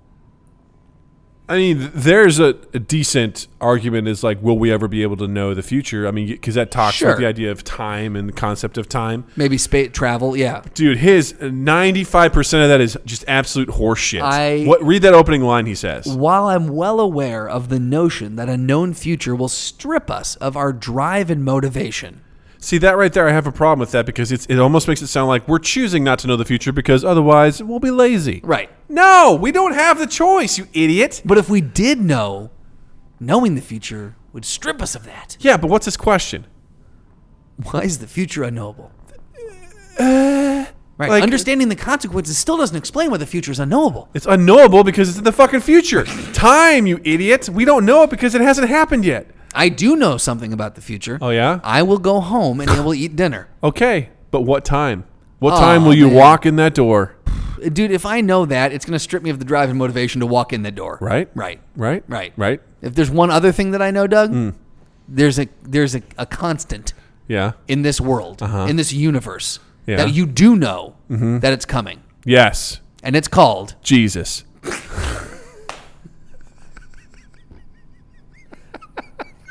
B: I mean, th- there's a, a decent argument is like, will we ever be able to know the future? I mean, because that talks
A: Sure.
B: about the idea of time and the concept of time.
A: Maybe space travel, yeah.
B: Dude, his 95% of that is just absolute horseshit.
A: I-
B: what, read that opening line he says.
A: While I'm well aware of the notion that a known future will strip us of our drive and motivation,
B: See, that right there, I have a problem with that because it's, it almost makes it sound like we're choosing not to know the future because otherwise we'll be lazy.
A: Right.
B: No, we don't have the choice, you idiot.
A: but if we did know, knowing the future would strip us of that.
B: Yeah, but what's his question?
A: Why is the future unknowable? right.
B: Uh, like-
A: Understanding the consequences still doesn't explain why the future is unknowable.
B: It's unknowable because it's in the fucking future. Time, you idiot. We don't know it because it hasn't happened yet.
A: I do know something about the future.
B: Oh, yeah?
A: I will go home and I will eat dinner.
B: Okay, but what time? What
A: Aw,
B: time will you
A: Oh, man.
B: walk in that door?
A: Dude, if I know that, it's going to strip me of the drive and motivation to walk in the door.
B: Right?
A: Right.
B: Right?
A: Right.
B: Right?
A: If there's one other thing that I know, Doug,
B: Hmm.
A: there's a there's a, a constant
B: Yeah.
A: in this world, in this universe
B: Uh-huh. Yeah. Mm-hmm.
A: that you do know that it's coming.
B: Yes.
A: And it's called
B: Jesus.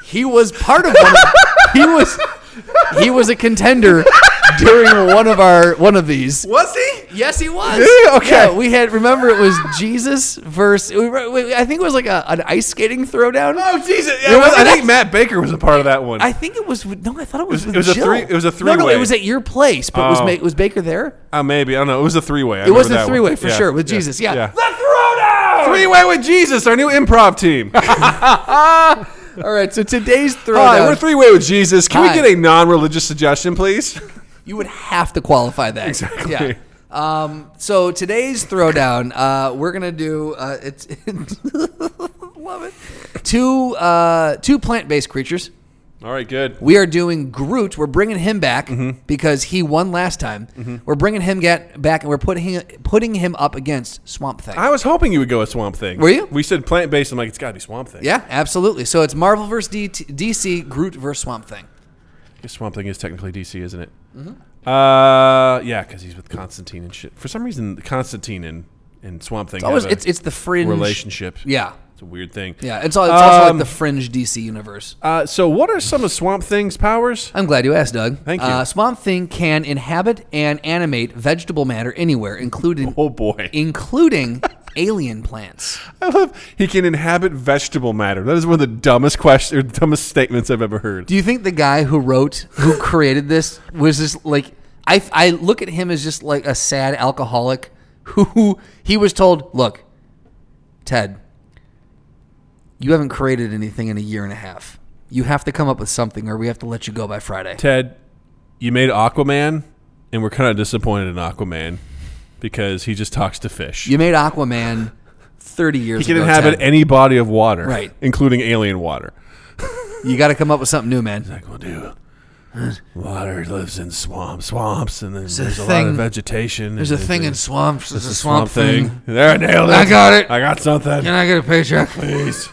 A: He was part of one. Of, he was he was a contender during one of our one of these.
B: Was he?
A: Yes, he was.
B: Yeah, okay.
A: Yeah, we had remember it was Jesus versus. we were- we- I think it was like a, an ice skating throwdown.
B: Oh, Jesus.
A: It was-
B: I think Matt Baker was a part of that one.
A: I think it was with- no. I thought it was. with
B: It was- it was a
A: Jill.
B: three- it was a
A: No, no,
B: three-way.
A: it was at your place, but was
B: Oh.
A: Ma- was Baker there?
B: Uh, maybe. I don't know. It was a three way.
A: It was a three-way for sure with Jesus. Yeah.
D: The throwdown!
B: Three way with Jesus, our new improv team.
A: All right, so today's
B: Hi,
A: throwdown.
B: we're three way with Jesus. Can
A: Hi.
B: we get a non religious suggestion, please?
A: you would have to qualify that
B: Exactly.
A: Yeah. Um, so today's throwdown, uh, we're gonna do uh, it's love it. Two uh, two plant based creatures.
B: All right, good.
A: We are doing Groot. We're bringing him back
B: Mm-hmm.
A: because he won last time. We're bringing him get back, and we're putting him, putting him up against Swamp Thing.
B: I was hoping you would go with Swamp Thing.
A: Were you?
B: We said plant based. I'm like, it's got to be Swamp Thing.
A: yeah, absolutely. So it's Marvel versus D- DC, Groot versus Swamp Thing.
B: I guess Swamp Thing is technically DC, isn't it?
A: Mm-hmm.
B: Uh, yeah, because he's with Constantine and shit. For some reason, Constantine and, and Swamp Thing
A: Always,
B: have a
A: it's it's the fringe
B: relationship.
A: Yeah,
B: It's a weird thing.
A: yeah. It's, all, it's also
B: Um,
A: like the fringe DC universe.
B: Uh, so, what are some of Swamp Thing's powers?
A: I'm glad you asked, Doug.
B: Thank you.
A: Uh, Swamp Thing can inhabit and animate vegetable matter anywhere, including
B: Oh boy,
A: including alien plants.
B: I love he can inhabit vegetable matter. That is one of the dumbest question or dumbest statements I've ever heard.
A: Do you think the guy who wrote, who created this, was just like? I I look at him as just like a sad alcoholic who, who he was told, look, Ted, you haven't created anything in a year and a half. You have to come up with something, or we have to let you go by Friday.
B: Ted, you made Aquaman, and we're kind of disappointed in Aquaman because he just talks to fish.
A: You made Aquaman thirty years.
B: he can
A: ago,
B: inhabit
A: Ted.
B: any body of water,
A: Right.
B: including alien water.
A: You got to come up with something new, man.
B: Like, well, dude, water lives in swamps, swamps, and then there's, a, lot
A: thing-
B: of vegetation.
A: There's a thing in swamps. There's a swamp, thing.
B: There, I nailed it.
A: I got it.
B: I got something.
A: Can I get a paycheck?
B: Please.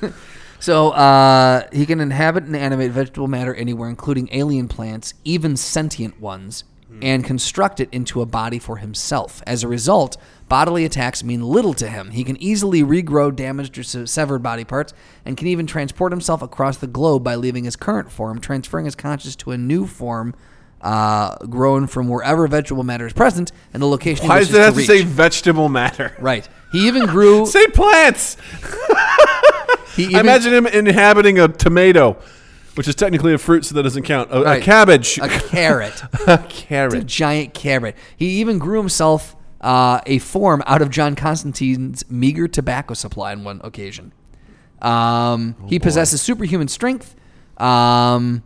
A: So uh, he can inhabit and animate vegetable matter anywhere, including alien plants, even sentient ones,
B: Hmm.
A: and construct it into a body for himself. As a result, bodily attacks mean little to him. He can easily regrow damaged or se- severed body parts, and can even transport himself across the globe by leaving his current form, transferring his consciousness to a new form. Uh, grown from wherever vegetable matter is present and the location. he
B: Why does
A: wishes
B: it have to
A: reach.
B: say vegetable matter?
A: Right. He even grew.
B: Say plants.
A: He even,
B: I imagine him inhabiting a tomato, which is technically a fruit, so that doesn't count. A, a
A: Right.
B: cabbage.
A: a carrot,
B: A
A: a
B: carrot.
A: giant carrot. He even grew himself uh, a form out of John Constantine's meager tobacco supply on one occasion. Um,
B: Oh,
A: he possesses superhuman strength. Um,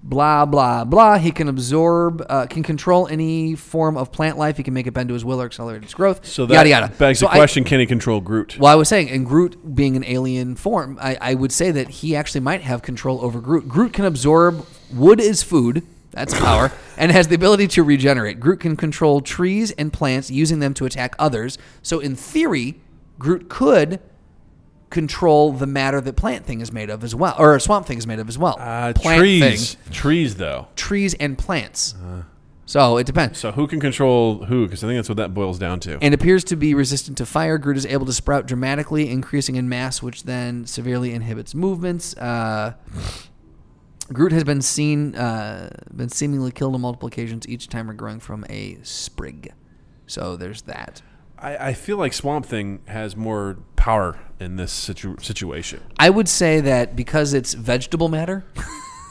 A: blah blah blah. He can absorb, uh, can control any form of plant life. He can make it bend to his will or accelerate its growth.
B: So that
A: yada yada.
B: begs
A: So
B: the
A: I-
B: question: Can he control Groot?
A: well, I was saying, and Groot being an alien form, I, I would say that he actually might have control over Groot. Groot can absorb wood as food. That's power, and has the ability to regenerate. Groot can control trees and plants, using them to attack others. So, in theory, Groot could control the matter that plant thing is made of as well, or swamp thing is made of as well.
B: uh,
A: plant
B: trees, Uh.
A: thing,
B: trees though.
A: trees and plants. so it depends.
B: So who can control who? Because I think that's what that boils down to.
A: and appears to be resistant to fire. Groot is able to sprout dramatically, increasing in mass, which then severely inhibits movements. Uh, Groot has been seen, uh, been seemingly killed on multiple occasions, each time growing from a sprig. So there's that.
B: I, I feel like Swamp Thing has more power in this situ- situation.
A: I would say that because it's vegetable matter,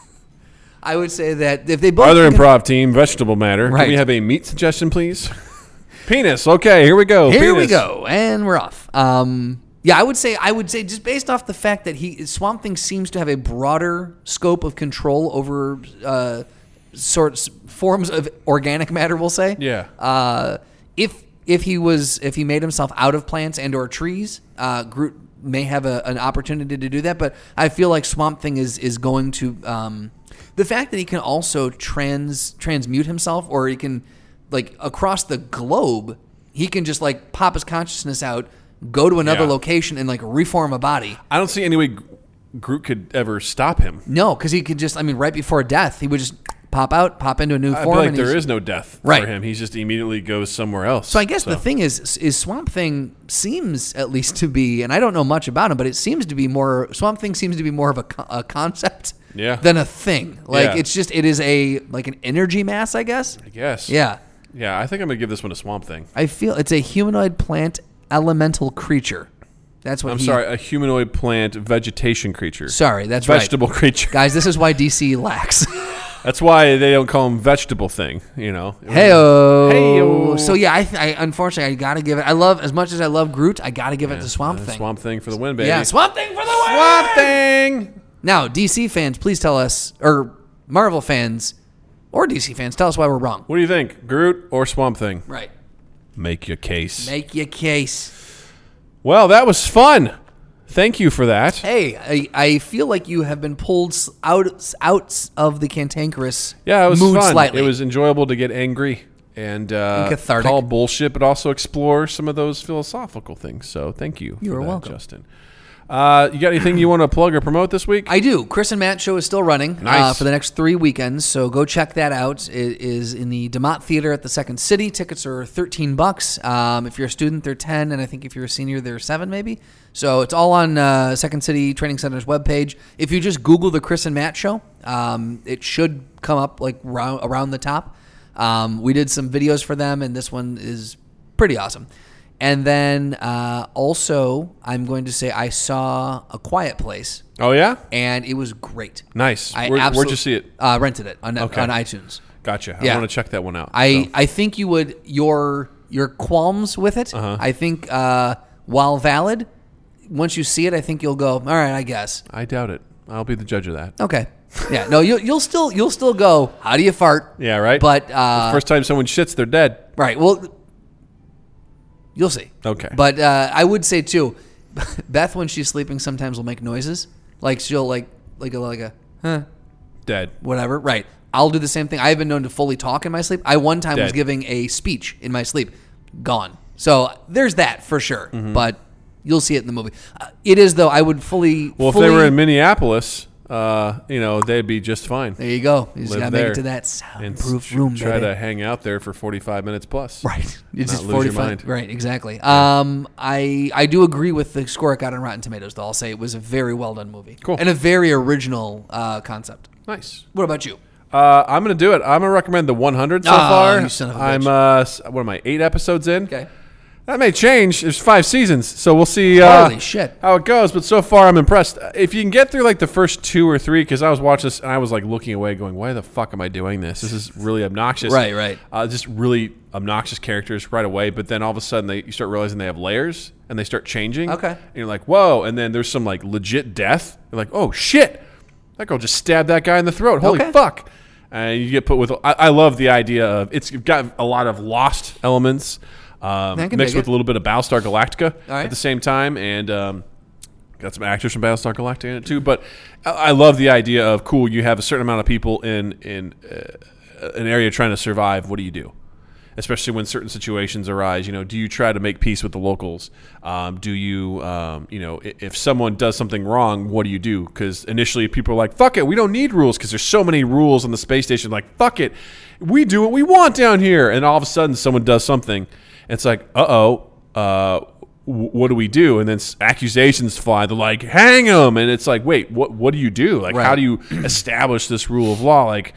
A: I would say that if they both
B: Other
A: can-
B: improv team, vegetable matter. Can
A: Right.
B: we have a meat suggestion, please? Penis. Okay, here we go.
A: Here we
B: Penis.
A: go, and we're off. Um, yeah, I would say I would say just based off the fact that he Swamp Thing seems to have a broader scope of control over uh, sorts forms of organic matter. We'll say,
B: Yeah.
A: Uh, if if he was if he made himself out of plants and or trees, uh, Groot may have a, an opportunity to do that. But I feel like Swamp Thing is is going to um, the fact that he can also trans transmute himself, or he can like across the globe, he can just like pop his consciousness out, go to another
B: Yeah.
A: location, and like reform a body.
B: I don't see any way Gro- Groot could ever stop him.
A: No, because he could just I mean, right before death, he would just pop out, pop into a new
B: I feel
A: form.
B: like
A: and
B: there
A: he's-
B: is no death
A: Right.
B: for him. He just immediately goes somewhere else.
A: So I guess the thing is, is Swamp Thing seems at least to be, and I don't know much about him, but it seems to be more Swamp Thing seems to be more of a, co- a concept
B: Yeah.
A: than a thing. Like
B: Yeah.
A: it's just it is a like an energy mass, I guess.
B: I guess.
A: Yeah,
B: Yeah, I think I'm gonna give this one a Swamp Thing.
A: I feel it's a humanoid plant elemental creature. That's what
B: I'm
A: he-
B: sorry, a humanoid plant vegetation creature.
A: Sorry, that's
B: vegetable creature.
A: right, guys. This is why DC lacks.
B: That's why they don't call him vegetable thing. You know.
A: Heyo.
B: Heyo.
A: So yeah, I, th- I unfortunately I gotta give it. I love as much as I love Groot. I gotta give it to Swamp
B: Uh,
A: Thing.
B: Swamp Thing for the win, baby.
A: yeah, Swamp Thing for the win.
B: Swamp Thing.
A: Now, DC fans, please tell us, or Marvel fans, or DC fans, tell us why we're wrong.
B: What do you think, Groot or Swamp Thing?
A: Right.
B: Make your case.
A: Make your case.
B: well, that was fun. Thank you for that.
A: Hey, I, I feel like you have been pulled s- out out of the cantankerous
B: Yeah, it was
A: mood
B: fun.
A: slightly.
B: It was enjoyable to get angry and, uh,
A: And cathartic.
B: call bullshit, but also explore some of those philosophical things. So thank you.
A: You
B: for
A: are
B: that,
A: welcome.
B: Justin. Uh, you got anything you want to plug or promote this week?
A: I do. Chris and Matt show is still running uh,
B: Nice.
A: for the next three weekends, so go check that out. It is in the Demott Theater at the Second City. Tickets are thirteen bucks. Um, if you're a student, they're ten, and I think if you're a senior, they're seven, maybe. So it's all on uh, Second City Training Center's webpage. If you just Google the Chris and Matt show, um, it should come up like round, around the top. Um, we did some videos for them, and this one is pretty awesome. And then uh, also, I'm going to say I saw A Quiet Place
B: oh, yeah?
A: and it was great.
B: Nice.
A: I
B: Where,
A: absolute-
B: would you see it?
A: Uh, rented it on,
B: Okay.
A: on iTunes.
B: Gotcha. I
A: Yeah.
B: want to check that one out.
A: I,
B: so.
A: I think you would your your qualms with it.
B: Uh-huh.
A: I think uh, while valid, once you see it, I think you'll go. All right, I guess.
B: I doubt it. I'll be the judge of that.
A: Okay. Yeah. No, you, you'll still you'll still go. How do you fart?
B: Yeah, right?
A: But uh,
B: First time someone shits, they're dead.
A: Right. Well, you'll see.
B: Okay.
A: But uh, I would say too, Beth when she's sleeping sometimes will make noises. Like she'll like like a like a huh
B: Dead.
A: whatever. Right. I'll do the same thing. I have been known to fully talk in my sleep. I one time was
B: Dead.
A: giving a speech in my sleep. Gone. So there's that for sure.
B: Mm-hmm.
A: But you'll see it in the movie. Uh, it is though. I would fully.
B: Well, if they were in Minneapolis, uh, you know, they'd be just fine.
A: there you go. You just
B: Live
A: gotta make
B: there
A: it to that
B: and
A: soundproof
B: s-
A: room.
B: Try
A: baby.
B: to hang out there for 45 minutes plus.
A: Right. It's
B: Not
A: just
B: lose your
A: 45.
B: mind.
A: Right, exactly. Um, I I do agree with the score it got on Rotten Tomatoes, though. I'll say it was a very well done movie.
B: Cool.
A: And a very original uh, concept.
B: Nice.
A: What about you?
B: Uh, I'm gonna do it. I'm gonna recommend the 100 so
A: Ah,
B: far.
A: you son of a
B: I'm uh, s- what am I? Eight episodes in.
A: Okay.
B: That may change. There's five seasons, so we'll see. Uh,
A: Holy shit.
B: How it goes, but so far I'm impressed. Uh, If you can get through like the first two or three, because I was watching this and I was like looking away, going, "Why the fuck am I doing this? This is really obnoxious."
A: Right, right.
B: Uh, just really uh, obnoxious characters right away, but then all of a sudden they you start realizing they have layers and they start changing.
A: Okay.
B: and you're like, whoa! And then there's some like legit death. You're like, oh shit! That girl just stabbed that guy in the throat. Holy
A: Okay.
B: fuck! And you get put with. I, I love the idea of it's got a lot of lost elements um,
A: I can
B: mixed
A: dig
B: with
A: it.
B: a little bit of Battlestar Galactica
A: right.
B: at the same time, and um, got some actors from Battlestar Galactica in it too. But I, I love the idea of cool. You have a certain amount of people in in uh, an area trying to survive. What do you do? Especially when certain situations arise, you know, do you try to make peace with the locals? Um, do you, um, you know, i- if someone does something wrong, what do you do? Because initially people are like, "Fuck it, we don't need rules," because there's so many rules on the space station. Like, fuck it, we do what we want down here. And all of a sudden, someone does something. It's like, uh oh, uh, w- what do we do? And then s- accusations fly. They're like, hang him. And it's like, wait, what, what do you do? Like, how
A: Right.
B: do you establish this rule of law? Like,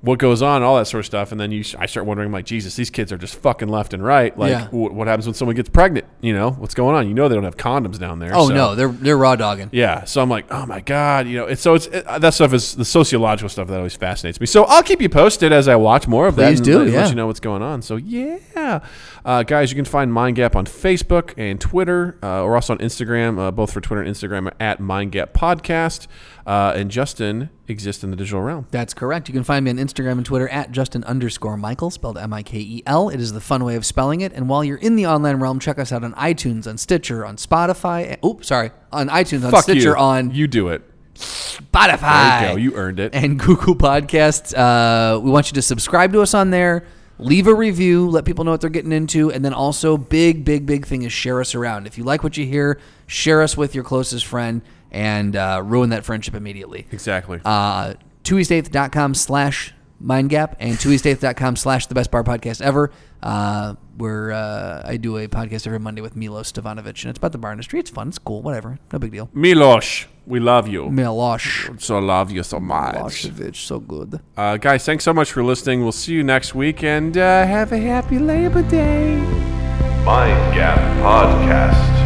B: what goes on, all that sort of stuff. And then you, s- I start wondering, like, Jesus, these kids are just fucking left and right. Like,
A: Yeah.
B: wh- what happens when someone gets pregnant? You know, what's going on? You know, they don't have condoms down there.
A: Oh
B: so-
A: no, they're they're raw dogging.
B: Yeah. So I'm like, oh my God. You know, it's so it's it, uh, that stuff is the sociological stuff that always fascinates me. So I'll keep you posted as I watch more of that.
A: Please
B: and
A: do,
B: Let, let
A: yeah.
B: you know what's going on. So yeah, uh, guys, you can find Mind Gap on Facebook and Twitter. Uh, we're also on Instagram, uh, both for Twitter and Instagram at Mind Gap Podcast. Uh, and Justin exists in the digital realm.
A: That's correct. You can find me on Instagram and Twitter at Justin underscore Michael, spelled M I K E L. It is the fun way of spelling it. And while you're in the online realm, check us out on iTunes, on Stitcher, on Spotify. and- Oops, sorry. On iTunes, on
B: Fuck
A: Stitcher,
B: you.
A: on
B: you do it.
A: Spotify.
B: There you go. You earned it.
A: and Google Podcasts. Uh, we want you to subscribe to us on there, leave a review, let people know what they're getting into, and then also big, big, big thing is share us around. If you like what you hear, share us with your closest friend and uh, ruin that friendship immediately.
B: exactly.
A: Uh, TwoEastEighth.com slash mindgap and TwoEastEighth.com slash the best bar podcast ever. Uh, where uh, I do a podcast every Monday with Milos Stevanovic, and it's about the bar industry. It's fun. It's cool. Whatever. No big deal.
B: Milosh, we love you.
A: Milos.
B: So love you so much.
A: Milosevic, so good.
B: Uh, guys, thanks so much for listening. We'll see you next week and uh, have a happy Labor Day.
E: Mind Gap Podcast.